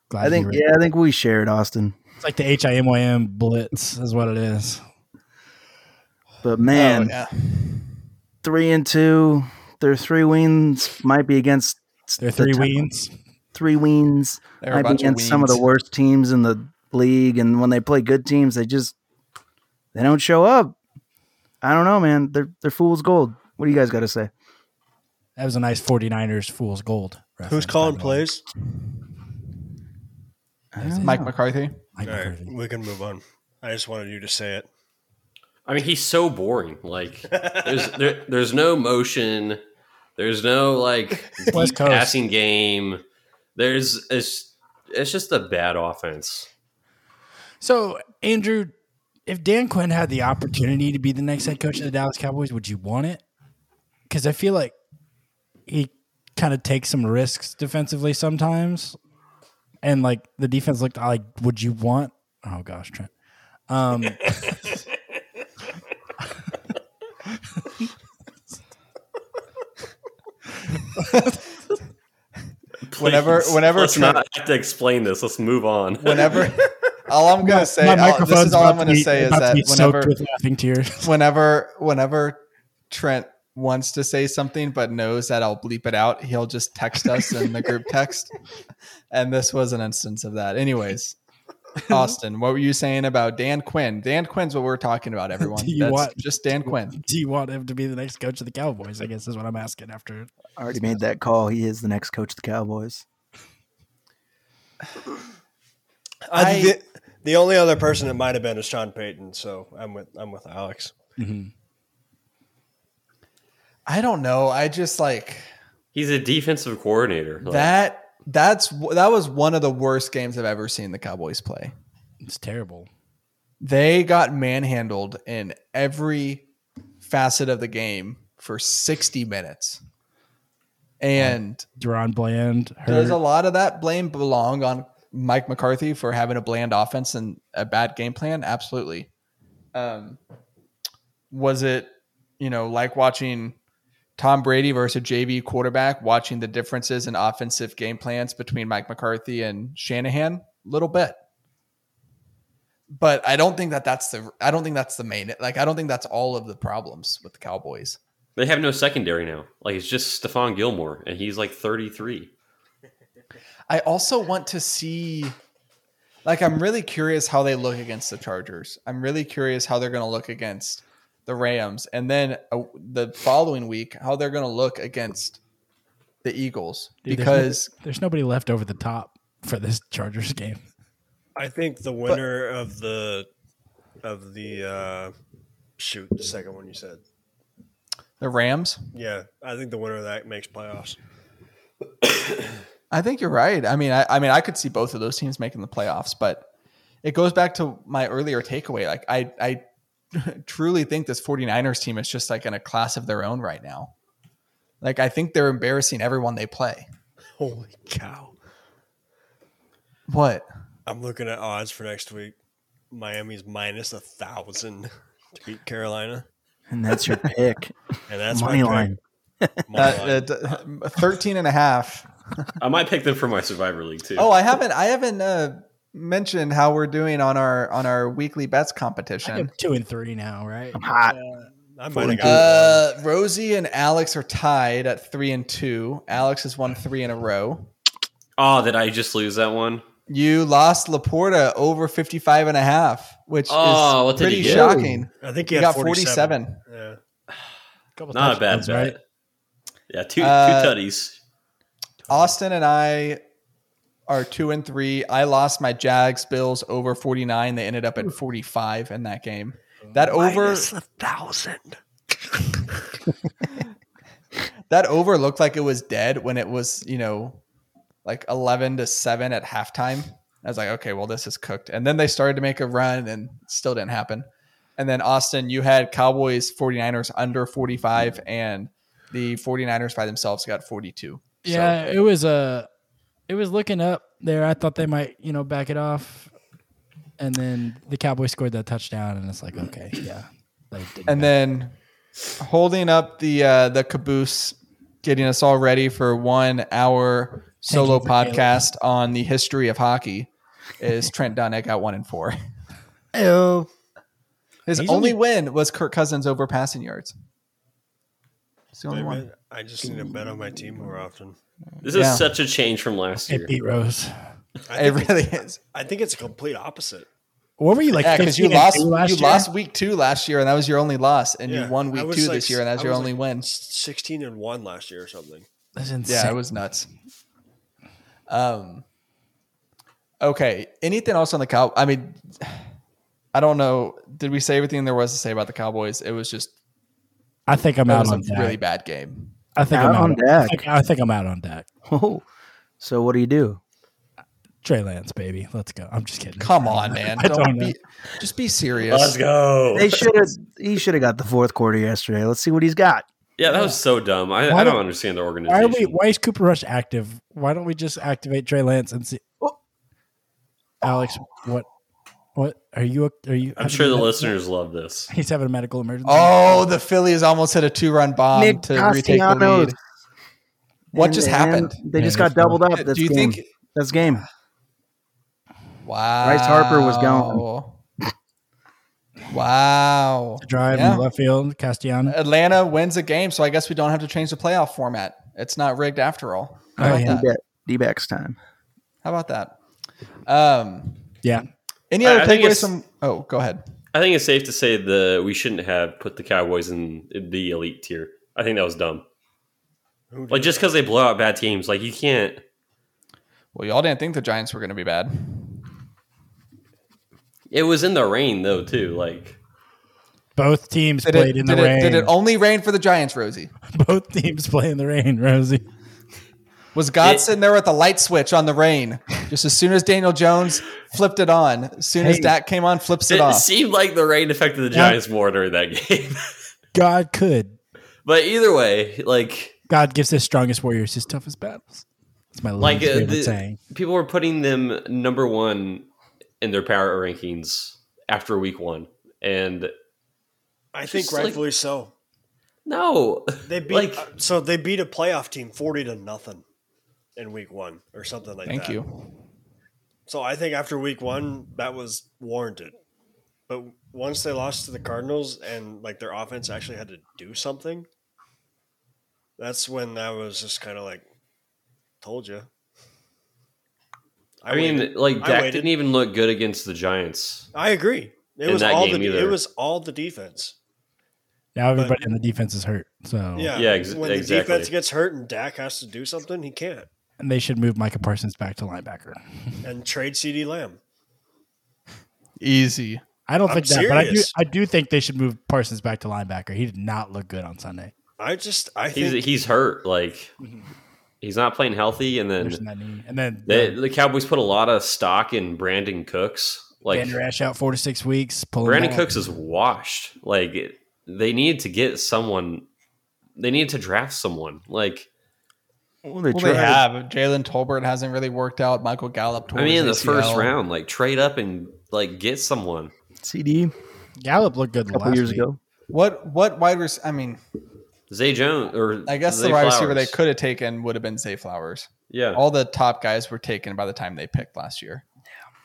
Glad
I think,
you read-
yeah, I think we shared Austin.
it's like the HIMYM blitz is what it is.
But
oh,
man,
yeah.
three and two, their three wins might be against
They're
the
three
top-
weens.
Three wins.
They're
I
a
be
bunch of
against some of the
weens.
worst teams in the league, and when they play good teams, they just they don't show up. I don't know, man. They're they're fool's gold. What do you guys got to say?
That was a nice 49ers fool's gold.
Who's
reference, by
calling
the way.
plays?
I don't
Mike
know.
McCarthy.
Mike
All right,
McCarthy.
we can move on. I just wanted you to say it.
I mean, he's so boring. Like, there's there, there's no motion. There's no like
West
deep
Coast.
passing game. There's it's it's just a bad offense.
So, Andrew, if Dan Quinn had the opportunity to be the next head coach of the Dallas Cowboys, would you want it? Because I feel like he kind of takes some risks defensively sometimes, and like the defense looked like, would you want? Oh gosh, Trent. Um,
Please,
Whenever- whenever
let's
Trent-
not have to explain this. Let's move on.
Whenever. all I'm gonna say.
my
all- this
microphone's
is all I'm
about to
gonna
be-
say is
about to
that
be soaked
whenever,
with laughing tears.
whenever, whenever Trent wants to say something but knows that I'll bleep it out, he'll just text us in the group text. And this was an instance of that. Anyways, Austin, what were you saying about Dan Quinn? Dan Quinn's what we're talking about, everyone.
you
That's
want-
just Dan Quinn.
Do you want him to be the next coach of the Cowboys? I guess is what I'm asking after.
I already made that call. He is the next coach of the Cowboys.
I-
the, the only other person it might have been is Sean Payton. So I'm with I'm with Alex.
I don't know. I just like
He's a defensive coordinator. Like,
that. That's that was one of the worst games I've ever seen the Cowboys play.
It's terrible.
They got manhandled in every facet of the game for 60 minutes. And
Deron Bland,
does
hurt.
a lot of that blame belong on Mike McCarthy for having a bland offense and a bad game plan? Absolutely. Um, was it, you know, like watching Tom Brady versus JV quarterback, watching the differences in offensive game plans between Mike McCarthy and Shanahan? little bit. But I don't think that that's the I don't think that's the main like I don't think that's all of the problems with the Cowboys.
they have no secondary now. Like it's just Stephon Gilmore, and he's like 33.
I also want to see like I'm really curious how they look against the Chargers. I'm really curious how they're going to look against the Rams and then uh, the following week how they're going to look against the Eagles
Dude, there's no-
because
there's nobody left over the top for this Chargers game.
I think the winner of the of the uh, shoot the second one you said.
the Rams
Yeah, I think the winner of that makes playoffs.
I think you're right. I mean, I, I mean, I could see both of those teams making the playoffs, but it goes back to my earlier takeaway. Like, I, I truly think this 49ers team is just like in a class of their own right now. Like, I think they're embarrassing everyone they play.
Holy cow!
What?
I'm looking at odds for next week. Miami's minus a thousand to beat Carolina,
And that's your pick.
and that's
Money
my pick.
line.
Money line.
Uh, uh, 13 and a half.
I might pick them for my Survivor League too.
Oh, I haven't, I haven't, uh, mentioned how we're doing on our on our weekly bets
I am
competition
two and three now, right?
I'm hot.
I might have got
uh rosie and alex are tied at three and two alex has won three in a row
oh, did I just lose that one?
You lost Laporta over 55 and a half, which
Oh,
is
what did
pretty
he get?
shocking.
I think
He
he,
got
had 47.
47.
Yeah.
Couple
Not a bad
touchdowns,
bet. Yeah, two
Uh,
two tutties.
Austin and I are two and three. I lost my Jags Bills over 49. They ended up at 45 in that game. That over
Minus a thousand.
that over looked like it was dead when it was, you know, like 11 to 7 at halftime. I was like, okay, well, this is cooked. And then they started to make a run and still didn't happen. And then Austin, you had Cowboys 49ers under 45 and the 49ers by themselves got 42. So,
Yeah, it was uh, it was looking up there. I thought they might, you know, back it off, and then the Cowboys scored that touchdown, and it's like, okay, yeah, they did
and then holding up the uh, the caboose, getting us all ready for one hour solo
you for Caleb.
podcast on the history of hockey is Trent Dunnick at one and four.
Oh,
His
He's
only
only-
win was Kirk Cousins over passing yards. It's the only
Wait a
one.
minute. I just need to bet on my team more often.
This
yeah.
is such a change from last
it
year.
beat Rose.
I
It
think,
really is.
I think it's a complete opposite.
What were you like?
Yeah, because you
15 and
lost
two last
you
year?
lost week two last year, and that was your only loss, and
Yeah,
you won
I
week
was
two
like-
this year, and that's
I
your
was
only
like
win.
16 and 1 last year or something.
That's insane.
Yeah, it was nuts. Um. Okay. Anything else on the cow? I mean, I don't know. Did we say everything there was to say about the Cowboys? It was just
I think I'm
it
out
was a
on Dak.
really bad game.
I think
Out
I'm out
on
on Dak. I
Dak.
think, I think I'm out on Dak.
Oh. so what do you do?
Trey Lance, baby, let's go. I'm just kidding.
Come on, man.
I
Don't,
don't know.
be just be serious.
Let's go.
They should have. He should have got the fourth quarter yesterday. Let's see what he's got.
Yeah, that was so dumb. I,
Why
I don't
don't-
understand the
Why
organization.
are we? Why is Cooper Rush active? Why don't we just activate Trey Lance and see?
Oh.
Alex, what? What are you? Are you?
I'm
having
sure
a
the
med-
listeners love this.
He's having a medical emergency.
Oh, the Phillies almost hit a two-run bomb to retake the
Castellanos.
lead. What
And-
just
and
happened?
They
Yeah,
just
that's
got doubled up. That's
Do you
game.
think?
That's game.
Wow,
Harper was gone.
Wow.
to drive
Yeah. Uh,
in left field, Castellano.
Atlanta wins a game, so I guess we don't have to change the playoff format. It's not rigged after all. How
Oh,
about
yeah.
that?
D backs time.
How about that? Um,
yeah.
any
I-
other
I think
takeaways
it's-
from? Oh, go ahead.
I think it's safe to say that we shouldn't have put the Cowboys in the elite tier. I think that was dumb.
Who did
Like just because they blow out bad teams, like you can't.
Well, y'all didn't think the Giants were going to be bad.
It was in the rain though too. Like
Both teams
Did
played
it,
in the
did it-
rain.
did it only rain for the Giants, Rosie?
Both teams play in the rain, Rosie.
Was God
It-
sitting there with a light switch on the rain? Just as soon as Daniel Jones flipped it on, as soon as
Hey.
Dak came on, flips it
it
off.
seemed like the rain affected the
Yeah.
Giants more during that game.
God could.
but either way, like
God gives his strongest warriors his toughest battles. It's my
like
like
uh,
favorite
the-
saying.
people were putting them number one in their power rankings after week one, and
I think
Just like-
rightfully so.
no,
They beat
Like-
uh, so they beat a playoff team forty to nothing in week one or something like that.
Thank you.
So I think after week one, that was warranted. But once they lost to the Cardinals and like their offense actually had to do something, that's when I was just kind of like, "Told you."
I mean,
waited.
like
I
Dak
waited.
didn't even look good against the Giants.
I agree. It
In
was
that
all
game
the
either.
it was all the defense.
Now everybody in the defense is hurt, so
Yeah,
Yeah, ex-
when the
exactly.
defense gets hurt and Dak has to do something, he can't.
and they should move Micah Parsons back to linebacker.
And trade CD Lamb.
Easy.
I don't
I'm
think that, but I do.
serious.
I do think they should move Parsons back to linebacker. He did not look good on Sunday.
I just I think Mm-hmm.
He's he's hurt. Like he's not playing healthy, and then
Nursing that knee. And then
They, the Cowboys put a lot of stock in Brandon Cooks. Like
Vander Ash out four to six weeks. Pulling
Brandon
back.
Cooks is washed. Like it- they need to get someone. They need to draft someone. Like
Well, they
Well,
tried.
they have. Jalen Tolbert hasn't really worked out. Michael Gallup. tore
I mean,
his
in the first
ACL.
round, like trade up and like get someone.
CD a
Gallup looked good
couple
last
years
week.
ago.
What what wide receiver? I mean,
Zay Jones or
I guess
Zay
the wide receiver they
Flowers.
could have taken would have been Zay Flowers.
Yeah,
All the top guys were taken by the time they picked last year. Yeah.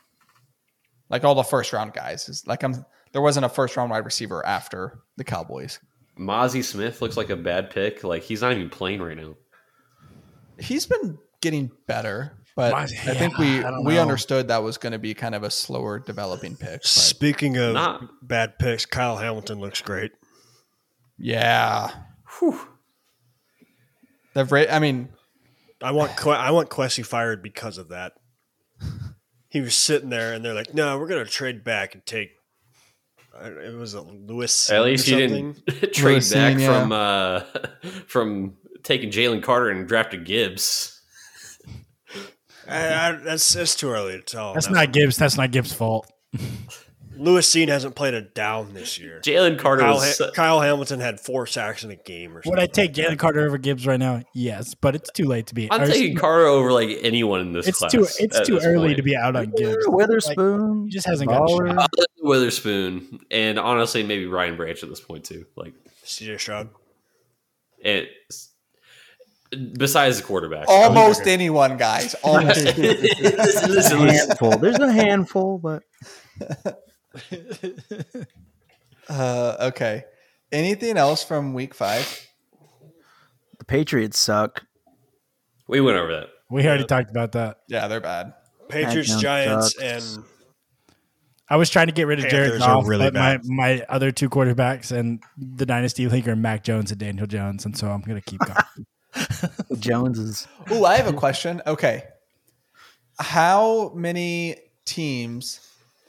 Like all the first round guys is like I'm. There wasn't a first round wide receiver after the Cowboys.
Mozzie Smith looks like a bad pick. Like he's not even playing right now.
He's been getting better, but
Why-
I think we
yeah, I don't
we
know.
understood that was going to be kind of a slower developing pick. but-
speaking of
Not
bad picks, Kyle Hamilton looks great.
yeah. The ra- I mean,
I want Que- I want Quessy fired because of that. He was sitting there, and they're like, "No, we're gonna trade back and take." I- It was a Lewis.
at least
or
he
something.
didn't trade
Lewis
back
Seen, yeah.
from uh from taking Jalen Carter and drafted Gibbs.
I, I, that's that's too early to tell.
That's
now.
not Gibbs. That's not Gibbs' fault.
Lewis. Seen hasn't played a down this year.
Jalen Carter
Kyle,
was
Ha- Kyle Hamilton had four sacks in a game or
Would
something.
I take Jalen Carter over Gibbs right now? Yes, but it's too late to be.
I'm
or
taking Carter over like anyone in this
It's
class.
too. It's
at
too
this
early
point.
to be out on Gibbs.
Witherspoon
He just hasn't got
Baller.
shot.
Other than Witherspoon and honestly maybe Ryan Branch at this point too. Like
CJ Stroud.
it. Besides the quarterback,
almost anyone, guys. Almost.
listen, listen, listen.
handful. There's a handful, but
Uh, okay. Anything else from week five?
the Patriots suck.
We went over that.
We already talked about that.
Yeah, they're bad.
Patriots,
Touchdown
Giants,
sucks.
and
I was trying to get rid of Jared
Panthers are
Goff,
really
but my,
bad.
my other two quarterbacks and the dynasty league are Mac Jones and Daniel Jones, and so I'm going to keep going.
Jones is
Ooh, I have a question. Okay. How many teams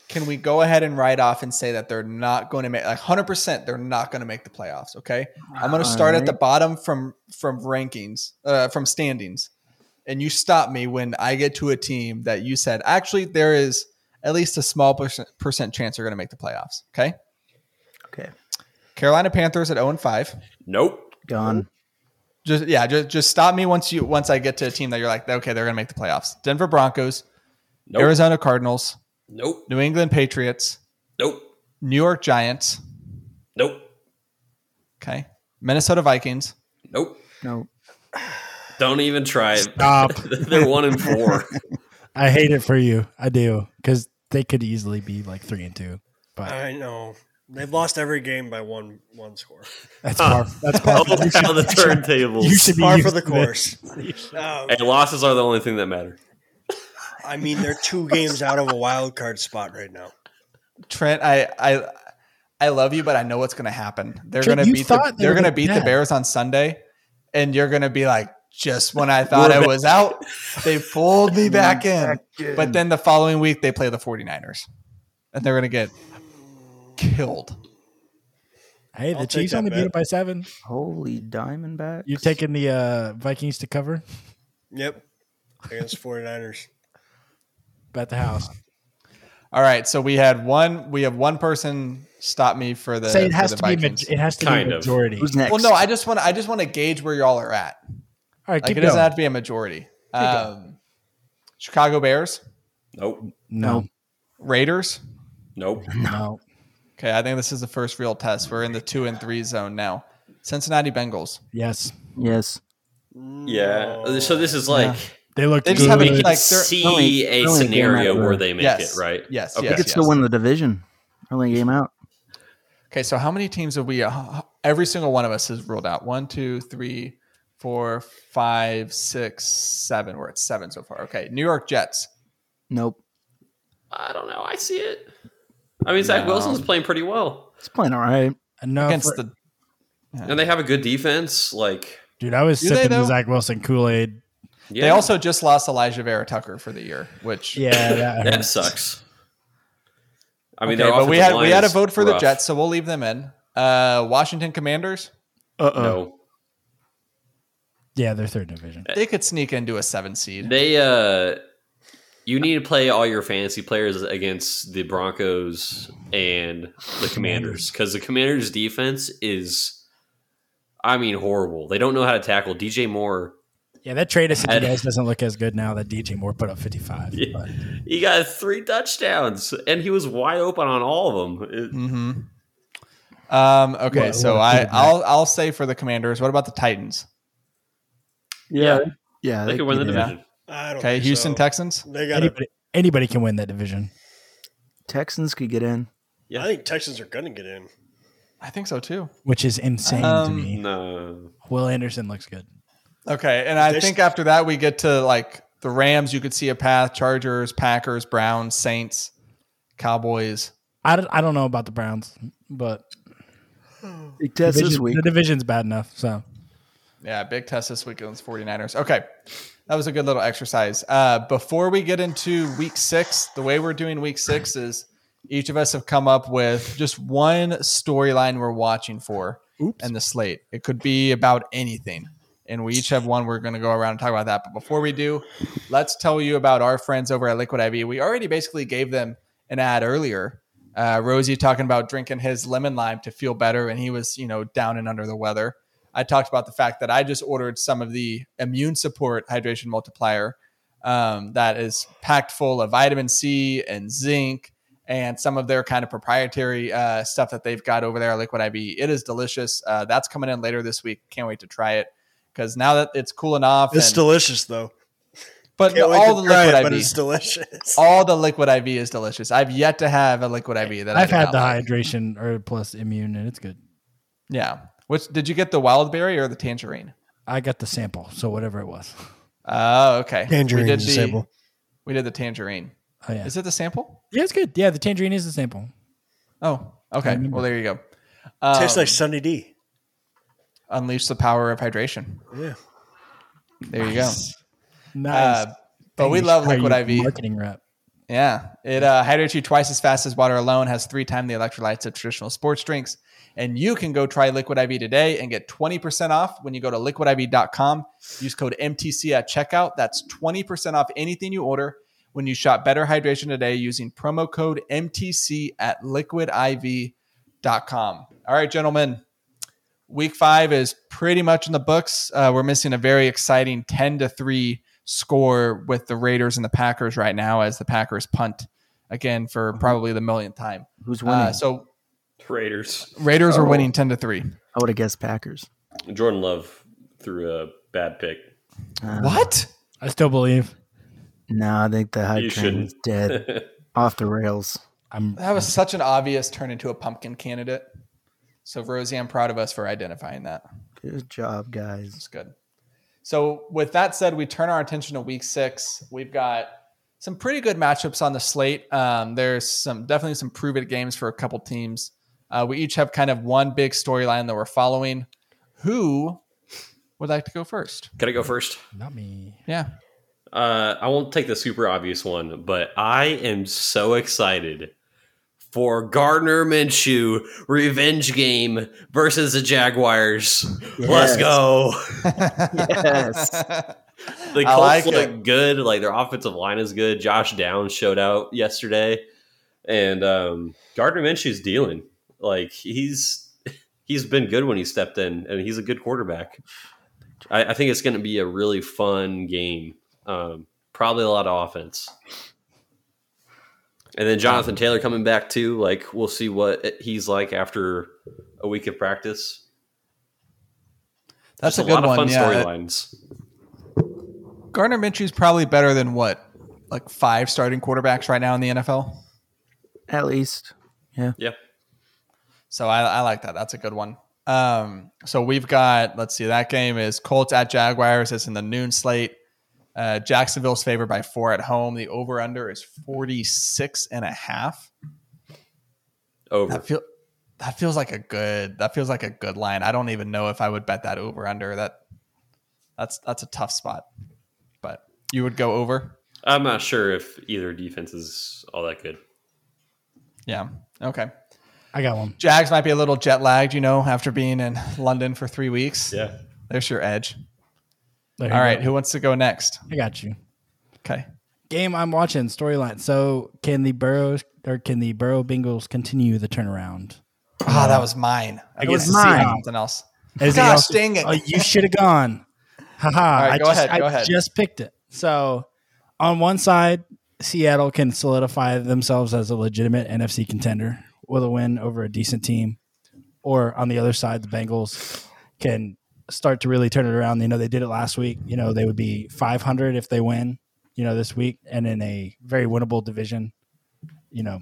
can we go ahead and write off and say that they're not going to make like 100% they're not going to make the playoffs, okay? I'm going to start at the bottom from from rankings, uh from standings. And you stop me when I get to a team that you said actually there is at least a small percent, percent chance they're going to make the playoffs, okay?
okay.
Carolina Panthers at 0 and 5.
Nope.
Gone.
Just yeah, just just stop me once you once I get to a team that you're like, okay, they're gonna make the playoffs. Denver Broncos,
Nope.
Arizona Cardinals,
Nope.
New England Patriots,
Nope.
New York Giants,
Nope.
okay, Minnesota Vikings,
Nope.
No.
Don't even try it.
Stop.
They're one and four.
I hate it for you. I do because they could easily be like three and two. But
I know They've lost every game by one one score.
That's par. That's par.
Oh,
for- you should-
how the
you should-
turntables.
You should be
Far for
using
the
this.
course. Um,
Hey, losses are the only thing that matter.
I mean, they're two games out of a wild card spot right now.
Trent, I I I love you, but I know what's going to happen. They're
Trent,
going to
you
beat the,
thought they
they're
were
going to
gonna
beat the
dead.
Bears on Sunday, and you're going to be like, just when I thought
We're
I
back."
was out, they pulled me back in.
in.
But then the following week they play the 49ers, and they're going to get killed.
Hey, the
I'll take
Chiefs
that
only beat
bet.
it by seven.
holy Diamondbacks.
You taking the uh, Vikings to cover?
Yep. Against 49ers.
Bet the house.
Uh, All right, so we had one. We have one person stop me for the.
Say it
for
has
the
to be. ma-
Vikings.
It has to
Kind
be
of.
majority.
Who's next?
well, no, I just want. I just want to gauge where y'all are at.
All right,
Like
keep
it
going.
doesn't have to be a majority. Um, Chicago Bears,
Nope.
no,
Raiders.
Nope.
no.
Okay, I think this is the first real test. We're in the two and three zone now. Cincinnati Bengals.
Yes,
yes.
Yeah.
No.
So this is like
they looked
They just
good.
haven't-
we can
like, they're-
see
only-
a
only game
scenario
after-
where they make
Yes.
it, right?
Yes,
Okay.
yes,
They could still
yes.
win the division. Only game out.
Okay, so how many teams have we? Uh, every single one of us has ruled out. One, two, three, four, five, six, seven. We're at seven so far. Okay, New York Jets.
Nope.
I don't know. I see it. I mean, Zach Wilson's playing pretty well,
It's playing all right.
no,
against
Uh, for-
the
and they have a good defense. Like,
dude, I was
Do they,
sipping the
though?
Zach Wilson Kool Aid.
yeah,
they also just lost Elijah Vera Tucker for the year, which
Yeah, that,
that
hurts.
sucks. I mean,
okay,
their
but we
offensive
had we
line
had a
is
vote for the
rough.
Jets, so we'll leave them in. Uh, Washington Commanders.
No,
Yeah, they're third division.
They could sneak into a seven seed.
they. uh You need to play all your fantasy players against the Broncos and the Commanders because the Commanders' defense is, I mean, horrible. They don't know how to tackle. DJ Moore
Yeah, that trade assist
Had-
guys doesn't look as good now that DJ Moore put up 55.
Yeah.
but-
He got three touchdowns, and he was wide open on all of them. It-
hmm Um, okay,
What-
so
what a
I,
quarterback.
I'll I'll say for the Commanders. What about the Titans?
yeah,
Yeah.
they could win the
yeah.
division.
I don't
Okay,
think
Houston
so.
Texans.
They got.
Anybody, anybody can win that division.
Texans could get in.
I think Texans are gonna get in.
I think so too.
which is insane
Um,
to me.
No,
Will Anderson looks good.
Okay, and I
There's-
think after that we get to like the Rams. You could see a path. Chargers, Packers, Browns, Saints, Cowboys.
I don't, I don't know about the Browns, but
Big test this
division-
week.
the division's bad enough. So
Yeah, big test this week against 49ers. Okay. That was a good little exercise. Uh, before we get into week six, the way we're doing week six is each of us have come up with just one storyline we're watching for
Oops.
in the slate. It could be about anything. And we each have one. We're going to go around and talk about that. But before we do, let's tell you about our friends over at Liquid IV. We already basically gave them an ad earlier. Uh, Rosie talking about drinking his lemon lime to feel better, and he was, you know, down and under the weather. I talked about the fact that I just ordered some of the immune support hydration multiplier um, that is packed full of vitamin C and zinc and some of their kind of proprietary uh, stuff that they've got over there at Liquid IV. It is delicious. Uh, that's coming in later this week. Can't wait to try it because now that it's cooling off,
It's
and-
delicious though.
but
Can't wait
all
to
the
try
liquid
it,
IV,
but it's delicious.
all the liquid IV is delicious. I've yet to have a liquid IV that I
I've
did
had
not
the
like.
hydration or plus immune, and it's good.
Yeah. Which did you get the wild berry or the tangerine?
I got the sample, so whatever it was.
Oh, okay. We
Tangerine
did
is
the-
disabled.
We did the tangerine.
Oh yeah,
Is it the sample?
yeah, it's good. Yeah, the tangerine is the sample.
Oh, okay.
remember.
Well, there you go.
Tastes
Um,
like Sunny D.
unleash the power of hydration.
Yeah.
There you go.
Nice.
Uh, but we
Dang,
love
how you
liquid IV.
marketing rep.
Yeah, it uh, hydrates you twice as fast as water alone, has three times the electrolytes of traditional sports drinks. And you can go try Liquid IV today and get 20% off when you go to liquidiv.com. Use code MTC at checkout. That's 20% off anything you order when you shop Better Hydration today using promo code MTC at liquidiv.com. All right, gentlemen. Week five is pretty much in the books. Uh, we're missing a very exciting 10 to 3 score with the Raiders and the Packers right now as the Packers punt again for probably the millionth time.
Who's winning?
Uh, so
Raiders.
Raiders are winning 10 to 3.
I would have guessed Packers.
Jordan Love threw a bad pick.
Uh,
What?
I still believe.
No, I think the hype
You
train is dead. Off the rails.
I'm
That was such an obvious turn into a pumpkin candidate. So Rosie, I'm proud of us for identifying that.
Good job, guys.
It's good. So with that said, we turn our attention to week six. We've got some pretty good matchups on the slate. Um, there's some definitely some prove it games for a couple teams. Uh, we each have kind of one big storyline that we're following. Who would like to go first?
Can I go first?
not me.
Yeah.
Uh, I won't take the super obvious one, but I am so excited for Gardner Minshew revenge game versus the Jaguars. Let's
Yes.
go.
Yes.
The
I
Colts
like
look
it.
good. Like their offensive line is good. Josh Downs showed out yesterday, and um, Gardner Minshew's dealing. Like he's he's been good when he stepped in, and he's a good quarterback. I, I think it's going to be a really fun game. Um, probably a lot of offense. And then Jonathan Taylor coming back too. Like we'll see what he's like after a week of practice.
That's
Just
a, good
lot of
one.
fun
yeah.
storylines.
Gardner Minshew's probably better than what, like five starting quarterbacks right now in the NFL.
At least.
Yeah.
So I, I like that. That's a good one. Um, so we've got, let's see, that game is Colts at Jaguars. It's in the noon slate. Uh, Jacksonville's favored by four at home. The over under is 46 and a half.
Over.
That feel that feels like a good that feels like a good line. I don't even know if I would bet that over under. That that's that's a tough spot. But you would go over?
I'm not sure if either defense is all that good.
Yeah. Okay.
I got one.
Jags might be a little jet lagged, you know, after being in London for three weeks.
Yeah.
There's your edge.
There you
All right.
go.
Who wants to go next?
I got you.
Okay.
Game I'm watching storyline. So can the Burrows or can the Burrow Bengals continue the turnaround?
Ah, that was mine. I
guess
didn't see
mine.
Something else.
Anything
Gosh,
else?
dang it.
Oh, you should have gone. Haha.
right,
I
go
just,
ahead, go
I
ahead.
just picked it. So on one side, Seattle can solidify themselves as a legitimate NFC contender with a win over a decent team. Or on the other side, the Bengals can start to really turn it around. You know, they did it last week. You know, they would be 500 if they win, you know, this week and in a very winnable division. You know,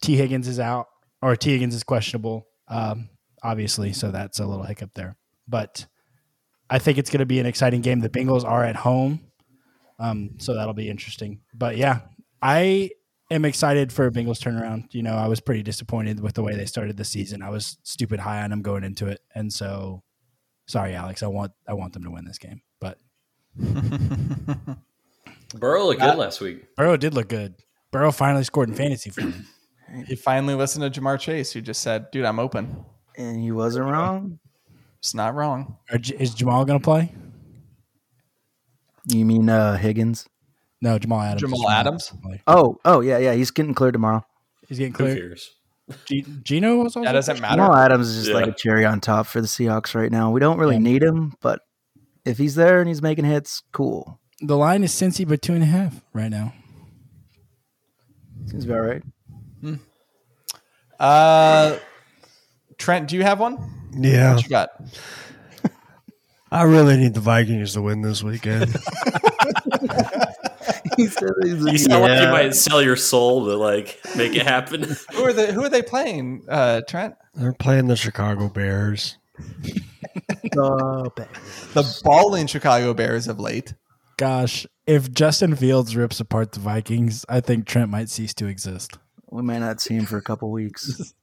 T. Higgins is out or T. Higgins is questionable, um, obviously. So that's a little hiccup there. But I think it's going to be an exciting game. The Bengals are at home, um, so that'll be interesting. But yeah, I am excited for a Bengals turnaround. You know, I was pretty disappointed with the way they started the season. I was stupid high on them going into it, and so sorry, Alex. I want I want them to win this game, but
Burrow looked good last week.
Burrow did look good. Burrow finally scored in fantasy for me.
He finally listened to Jamar Chase, who just said, "Dude, I'm open.
And he wasn't wrong.
It's not wrong."
Are J- Is Jamal going to play?
You mean uh Higgins?
No, Jamal Adams.
Jamal
not
Adams?
gonna play.
Oh, oh yeah, yeah. He's getting cleared tomorrow.
He's getting
Who
clear.
cares?
G- Gino was also
That doesn't matter.
Jamal Adams is just
Yeah.
like a cherry on top for the Seahawks right now. We don't really
Yeah.
need him, but if he's there and he's making hits, cool.
The line is Cincy by two and a half right now.
Seems about right.
Uh, Trent, do you have one?
Yeah,
What you got?
I really need the Vikings to win this weekend.
he said he's
You sound like you might sell your soul to like make it happen.
Who are the Who are they playing? Uh, Trent,
They're playing the Chicago Bears.
stop it.
the balling Chicago Bears of late.
Gosh, if Justin Fields rips apart the Vikings, I think Trent might cease to exist.
We may not see him for a couple weeks.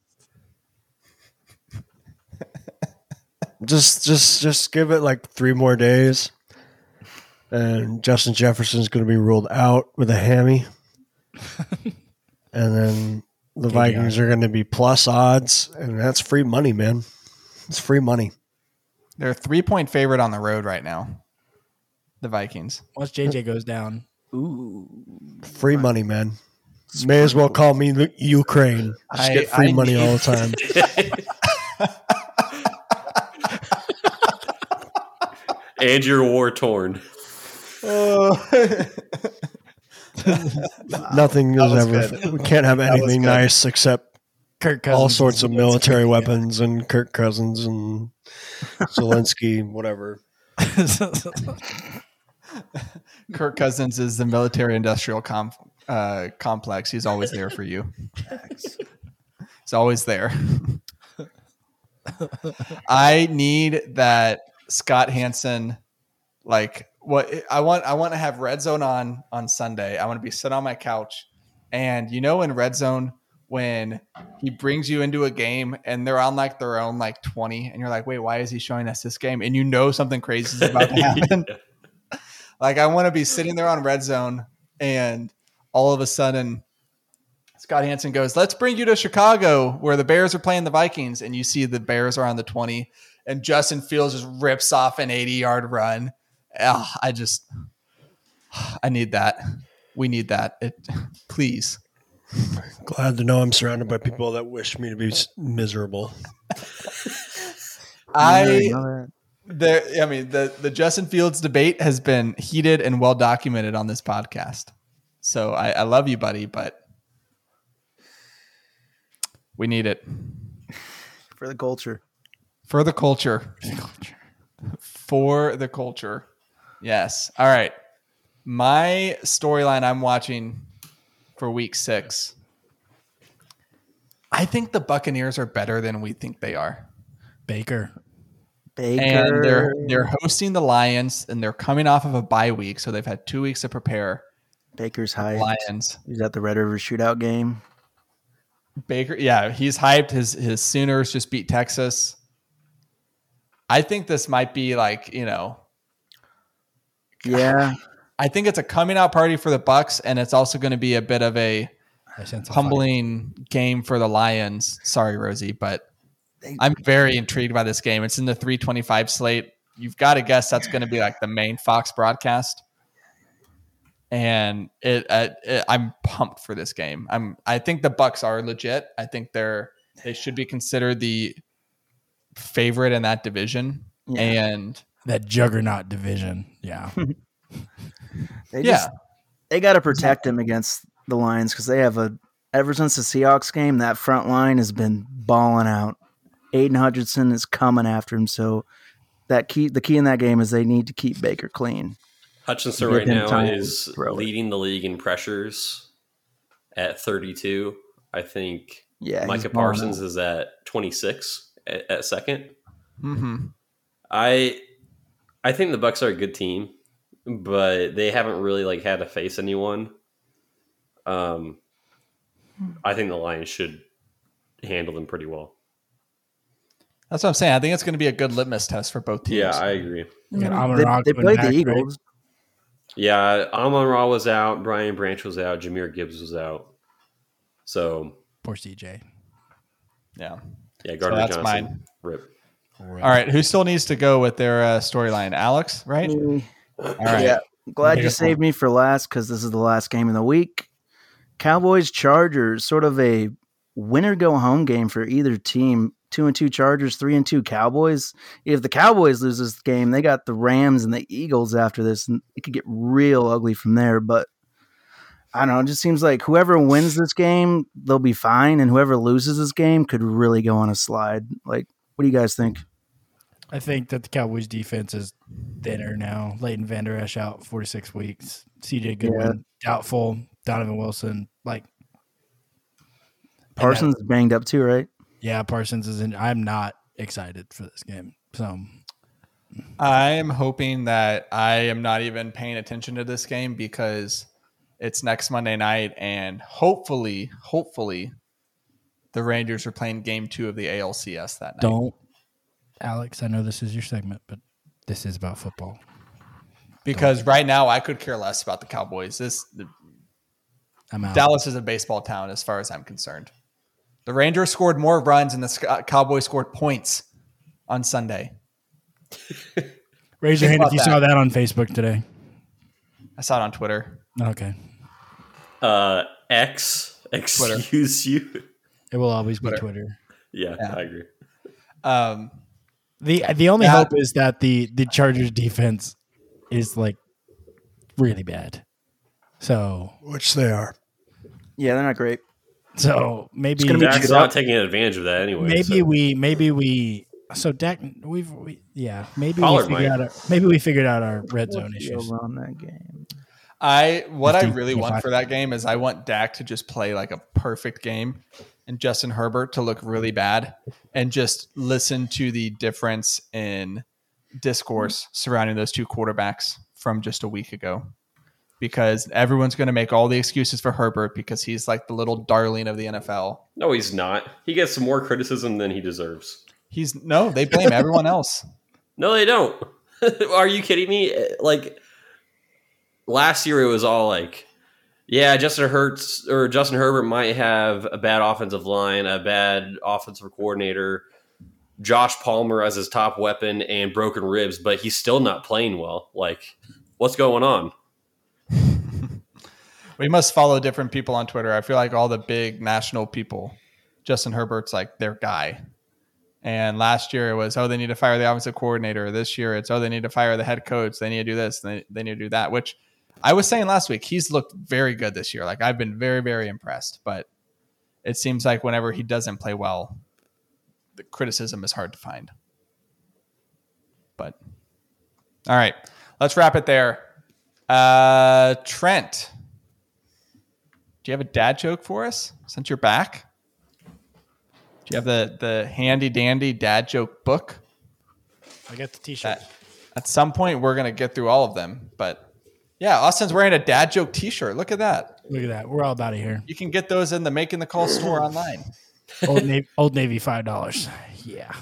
Just, just, just give it like three more days, and Justin Jefferson's going to be ruled out with a hammy, and then the Vikings are going to be plus odds, and that's free money, man. It's free money.
They're a three point favorite on the road right now. The Vikings.
Once JJ goes down,
Free money, man. May as well call me the Ukraine. Just
I-
get free
I
money
need-
all the time.
and you're war torn.
Nothing is
was
ever.
good.
We can't have
was
anything
good.
nice except
Kirk Cousins.
all sorts of
is-
military weapons and Kirk Cousins and Zelensky, whatever.
Kirk Cousins is the military industrial com- uh, complex. He's always there for you. He's always there. I need that Scott Hansen, like what I want. I want to have Red Zone on on Sunday. I want to be sitting on my couch, and you know, in Red Zone when he brings you into a game and they're on like their own like 20 and you're like wait why is he showing us this game and you know something crazy is about to happen like i want to be sitting there on red zone and all of a sudden scott hansen goes let's bring you to chicago where the bears are playing the vikings and you see the bears are on the 20 and justin fields just rips off an 80 yard run Ugh, i just i need that we need that it, please
Glad to know I'm surrounded by people that wish me to be s- miserable.
i
Another-
There, I mean, the the Justin Fields debate has been heated and well documented on this podcast. So I, I love you, buddy, but we need it
for the culture.
for the culture. For the culture. Yes. All right. My storyline I'm watching for week six. I think the Buccaneers are better than we think they are.
Baker.
Baker.
and they're they're hosting the Lions, and they're coming off of a bye week, so they've had two weeks to prepare.
Baker's hyped.
Lions,
He's at the Red River Shootout game.
Baker, yeah, he's hyped. His his Sooners just beat Texas. I think this might be like you know,
Yeah,
I think it's a coming out party for the Bucks, and it's also going to be a bit of a
I sense a
humbling game for the Lions. Sorry, Rosie, but
They-
I'm very intrigued by this game. It's in the 325 slate. You've got to guess that's going to be like the main Fox broadcast. And it, uh, it, I'm pumped for this game. I'm. I think the Bucks are legit. I think they're they should be considered the favorite in that division.
Yeah.
And
fight. that juggernaut division. Yeah.
yeah,
they just they got to protect him against the Lions because they have a. Ever since the Seahawks game, that front line has been balling out. Aiden Hutchinson is coming after him, so that key the key in that game is they need to keep Baker clean.
Hutchinson
Give
right
him
now
time to
is
throw it.
leading the league in pressures at 32. I think
Yeah, he's
Micah
balling
Parsons
out.
is at 26 at, at second.
hmm
I I think the Bucks are a good team, but they haven't really like had to face anyone. Um, I think the Lions should handle them pretty well.
that's what I'm saying. I think it's going to be a good litmus test for both teams.
Yeah, I agree.
You got
They,
Amon-Ra
they
coming
played
back,
the
right?
Eagles.
Yeah, Amon Ra was out, Brian Branch was out, Jameer Gibbs was out. So
Poor CJ.
yeah.
yeah, Gardner
that's
Johnson.
mine.
Rip.
All right, who still needs to go with their uh, storyline? Alex, right?
Me.
All right.
Mm-hmm. Yeah, glad you
Beautiful.
saved me for last because this is the last game of the week. Cowboys Chargers, sort of a winner go home game for either team. Two and two Chargers, three and two Cowboys. If the Cowboys lose this game, they got the Rams and the Eagles after this, and it could get real ugly from there. But I don't know. It just seems like whoever wins this game, they'll be fine, and whoever loses this game could really go on a slide. Like, what do you guys think?
I think that the Cowboys defense is thinner now. Leighton Vander Esch out 46 weeks. CJ Goodwin doubtful. Donovan Wilson like
Parsons is banged up too, right?
yeah, Parsons is in I'm not excited for this game. So
I am hoping that I am not even paying attention to this game because it's next Monday night, and hopefully, hopefully, the Rangers are playing Game Two of the ALCS that night.
don't Alex, I know this is your segment, but this is about football.
because right now I could care less about the Cowboys. This the,
I'm out.
Dallas is a baseball town as far as I'm concerned. The Rangers scored more runs, and the Sc- Cowboys scored points on Sunday.
Raise your
Think
hand if
about
you
that.
saw that on Facebook today.
I saw it on Twitter.
Okay.
Uh, X, excuse you.
It will always be
Twitter.
Twitter.
Yeah,
Yeah.
I agree.
Um,
The the only
Yeah.
hope is that the the Chargers defense is like really bad. So
Which they are.
Yeah, they're not great.
so maybe
gonna be Dak-
Dak's not taking advantage of that anyway.
maybe
so-
we maybe we so Dak we've we, yeah maybe
Pollard
we figured
might.
out our, maybe we figured out our red zone
What's the
issues.
over on that game.
I what I
15,
really want
25.
for that game is I want Dak to just play like a perfect game and Justin Herbert to look really bad and just listen to the difference in discourse surrounding those two quarterbacks from just a week ago. Because everyone's going to make all the excuses for Herbert because he's like the little darling of the NFL.
No, he's not. He gets more criticism than he deserves.
He's no, they blame everyone else.
No, they don't. Are you kidding me? Like last year, it was all like, yeah, Justin Hurts or Justin Herbert might have a bad offensive line, a bad offensive coordinator, Josh Palmer as his top weapon, and broken ribs, but he's still not playing well. Like, what's going on?
We must follow different people on Twitter. I feel like all the big national people, Justin Herbert's like their guy. And last year it was, oh, they need to fire the offensive coordinator. This year it's, oh, they need to fire the head coach. They need to do this. They, they need to do that, which I was saying last week, he's looked very good this year. Like I've been very, very impressed. But it seems like whenever he doesn't play well, the criticism is hard to find. But all right, let's wrap it there. Uh, Trent, do you have a dad joke for us since you're back? Do you have the the handy dandy dad joke book?
I got the t-shirt.
That at some point we're gonna get through all of them, but yeah, Austin's wearing a dad joke T-shirt. Look at that!
Look at that. We're all about it here.
You can get those in the Making the Call store online.
Old Navy, Old Navy, five dollars. Yeah.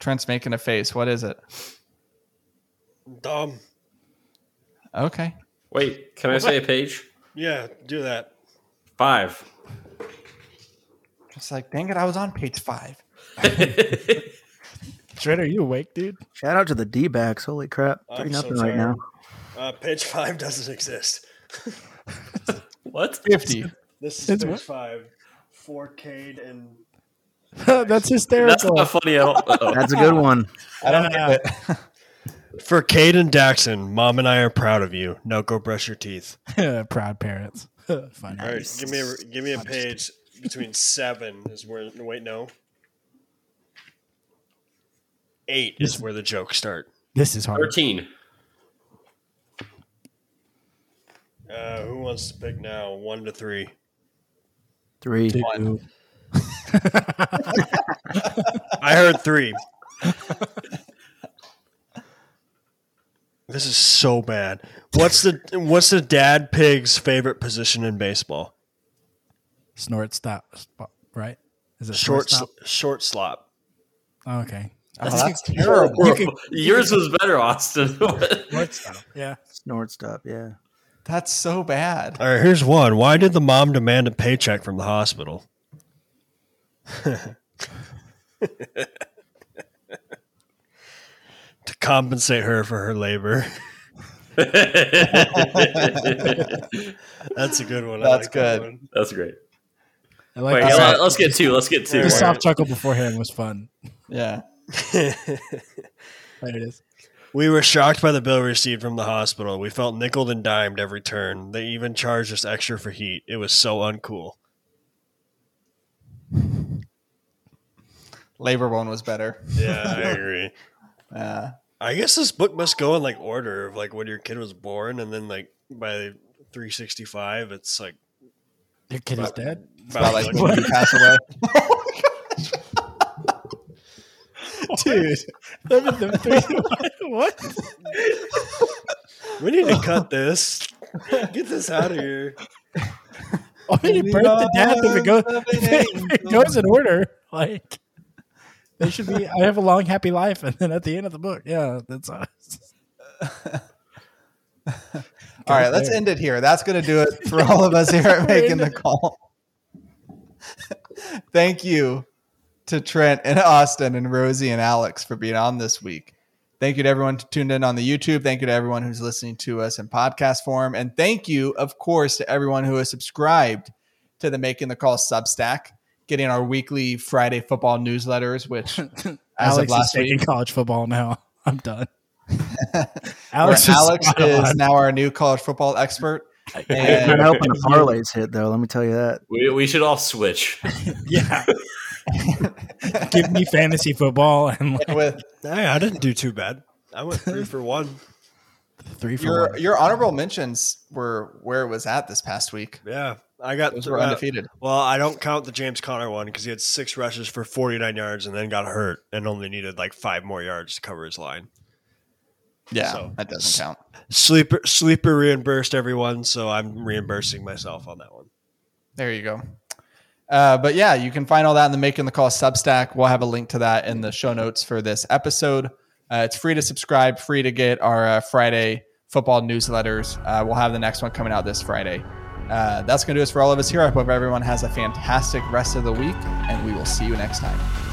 Trent's making a face. What is it?
Dumb.
Okay,
Wait, can I say a page?
Yeah, do that.
Five.
it's like dang it, I was on page five.
Trent, are you awake, dude?
Shout out to the D backs. Holy crap.
I'm
3
so
nothing right
sorry.
now.
Uh, page five doesn't exist.
what?
Fifty.
This is
It's
page
what?
five. Four Cade and
That's
That's
hysterical.
not funny at all. Uh-oh.
That's a good one.
I don't get it.
for Cade and Daxon. Mom and I are proud of you. Now go brush your teeth.
Proud parents. Fun.
All right, give me a give me a page between seven is where. Wait, no. Eight is where the jokes start.
This is hard.
Thirteen.
Uh, who wants to pick now? One to three.
Three.
Dude.
I heard three. this is so bad. What's the what's the dad pig's favorite position in baseball?
Snort stop. spot, Right? Is it
Short
Stop?
sl- short slop.
Oh, okay.
Oh, that's terrible.
Yours was better, Austin.
Snort stop. Yeah.
Snort stop. Yeah.
That's so bad.
All right, here's one. Why did the mom demand a paycheck from the hospital? to compensate her for her labor. That's a good one. I
That's
like that
good.
one.
That's great.
I
Wait,
like the,
let,
soft,
us get two. Let's get two.
the soft chuckle beforehand was fun.
Yeah.
There it is.
We were shocked by the bill received from the hospital. We felt nickled and dimed every turn. They even charged us extra for heat. It was so uncool.
Labor one was better.
Yeah, I agree.
Uh,
I guess this book must go in like order of like when your kid was born, and then like by 365, it's like
Your kid is dead.
about like when you pass away.
Dude. Look at them three. what?
we need to cut this. Get this out of here.
Already burnt Oh, to death if it goes if it goes in order. Like they should be I have a long happy life and then at the end of the book. Yeah, that's us.
All right, let's end it here. That's going to do it for all of us here at Making the Call. Thank you to Trent and Austin and Rosie and Alex for being on this week. Thank you to everyone who tuned in on the YouTube. Thank you to everyone who's listening to us in podcast form. And thank you, of course, to everyone who has subscribed to the Making the Call Substack, getting our weekly Friday football newsletters, which as of
Alex is
last
taking
week,
college football now. I'm done.
where
Alex,
Alex is
on.
now our new college football expert. And
Not helping the parlays hit though. Let me tell you that.
We, we should all switch.
yeah. Give me fantasy football and like,
with
Hey, I didn't do too bad. I went three for one.
Three for one.
Your your honorable mentions were where it was at this past week.
Yeah, I got.
Those were
uh,
undefeated.
well, I don't count the James Conner one because he had six rushes for 49 yards and then got hurt and only needed like five more yards to cover his line.
Yeah,
so-
that doesn't count.
Sleeper sleeper reimbursed everyone, so I'm reimbursing myself on that one.
There you go. Uh, but yeah, you can find all that in the Making the Call Substack. We'll have a link to that in the show notes for this episode. Uh, it's free to subscribe, free to get our uh, Friday football newsletters. Uh, we'll have the next one coming out this Friday. Uh, that's going to do us for all of us here. I hope everyone has a fantastic rest of the week, and we will see you next time.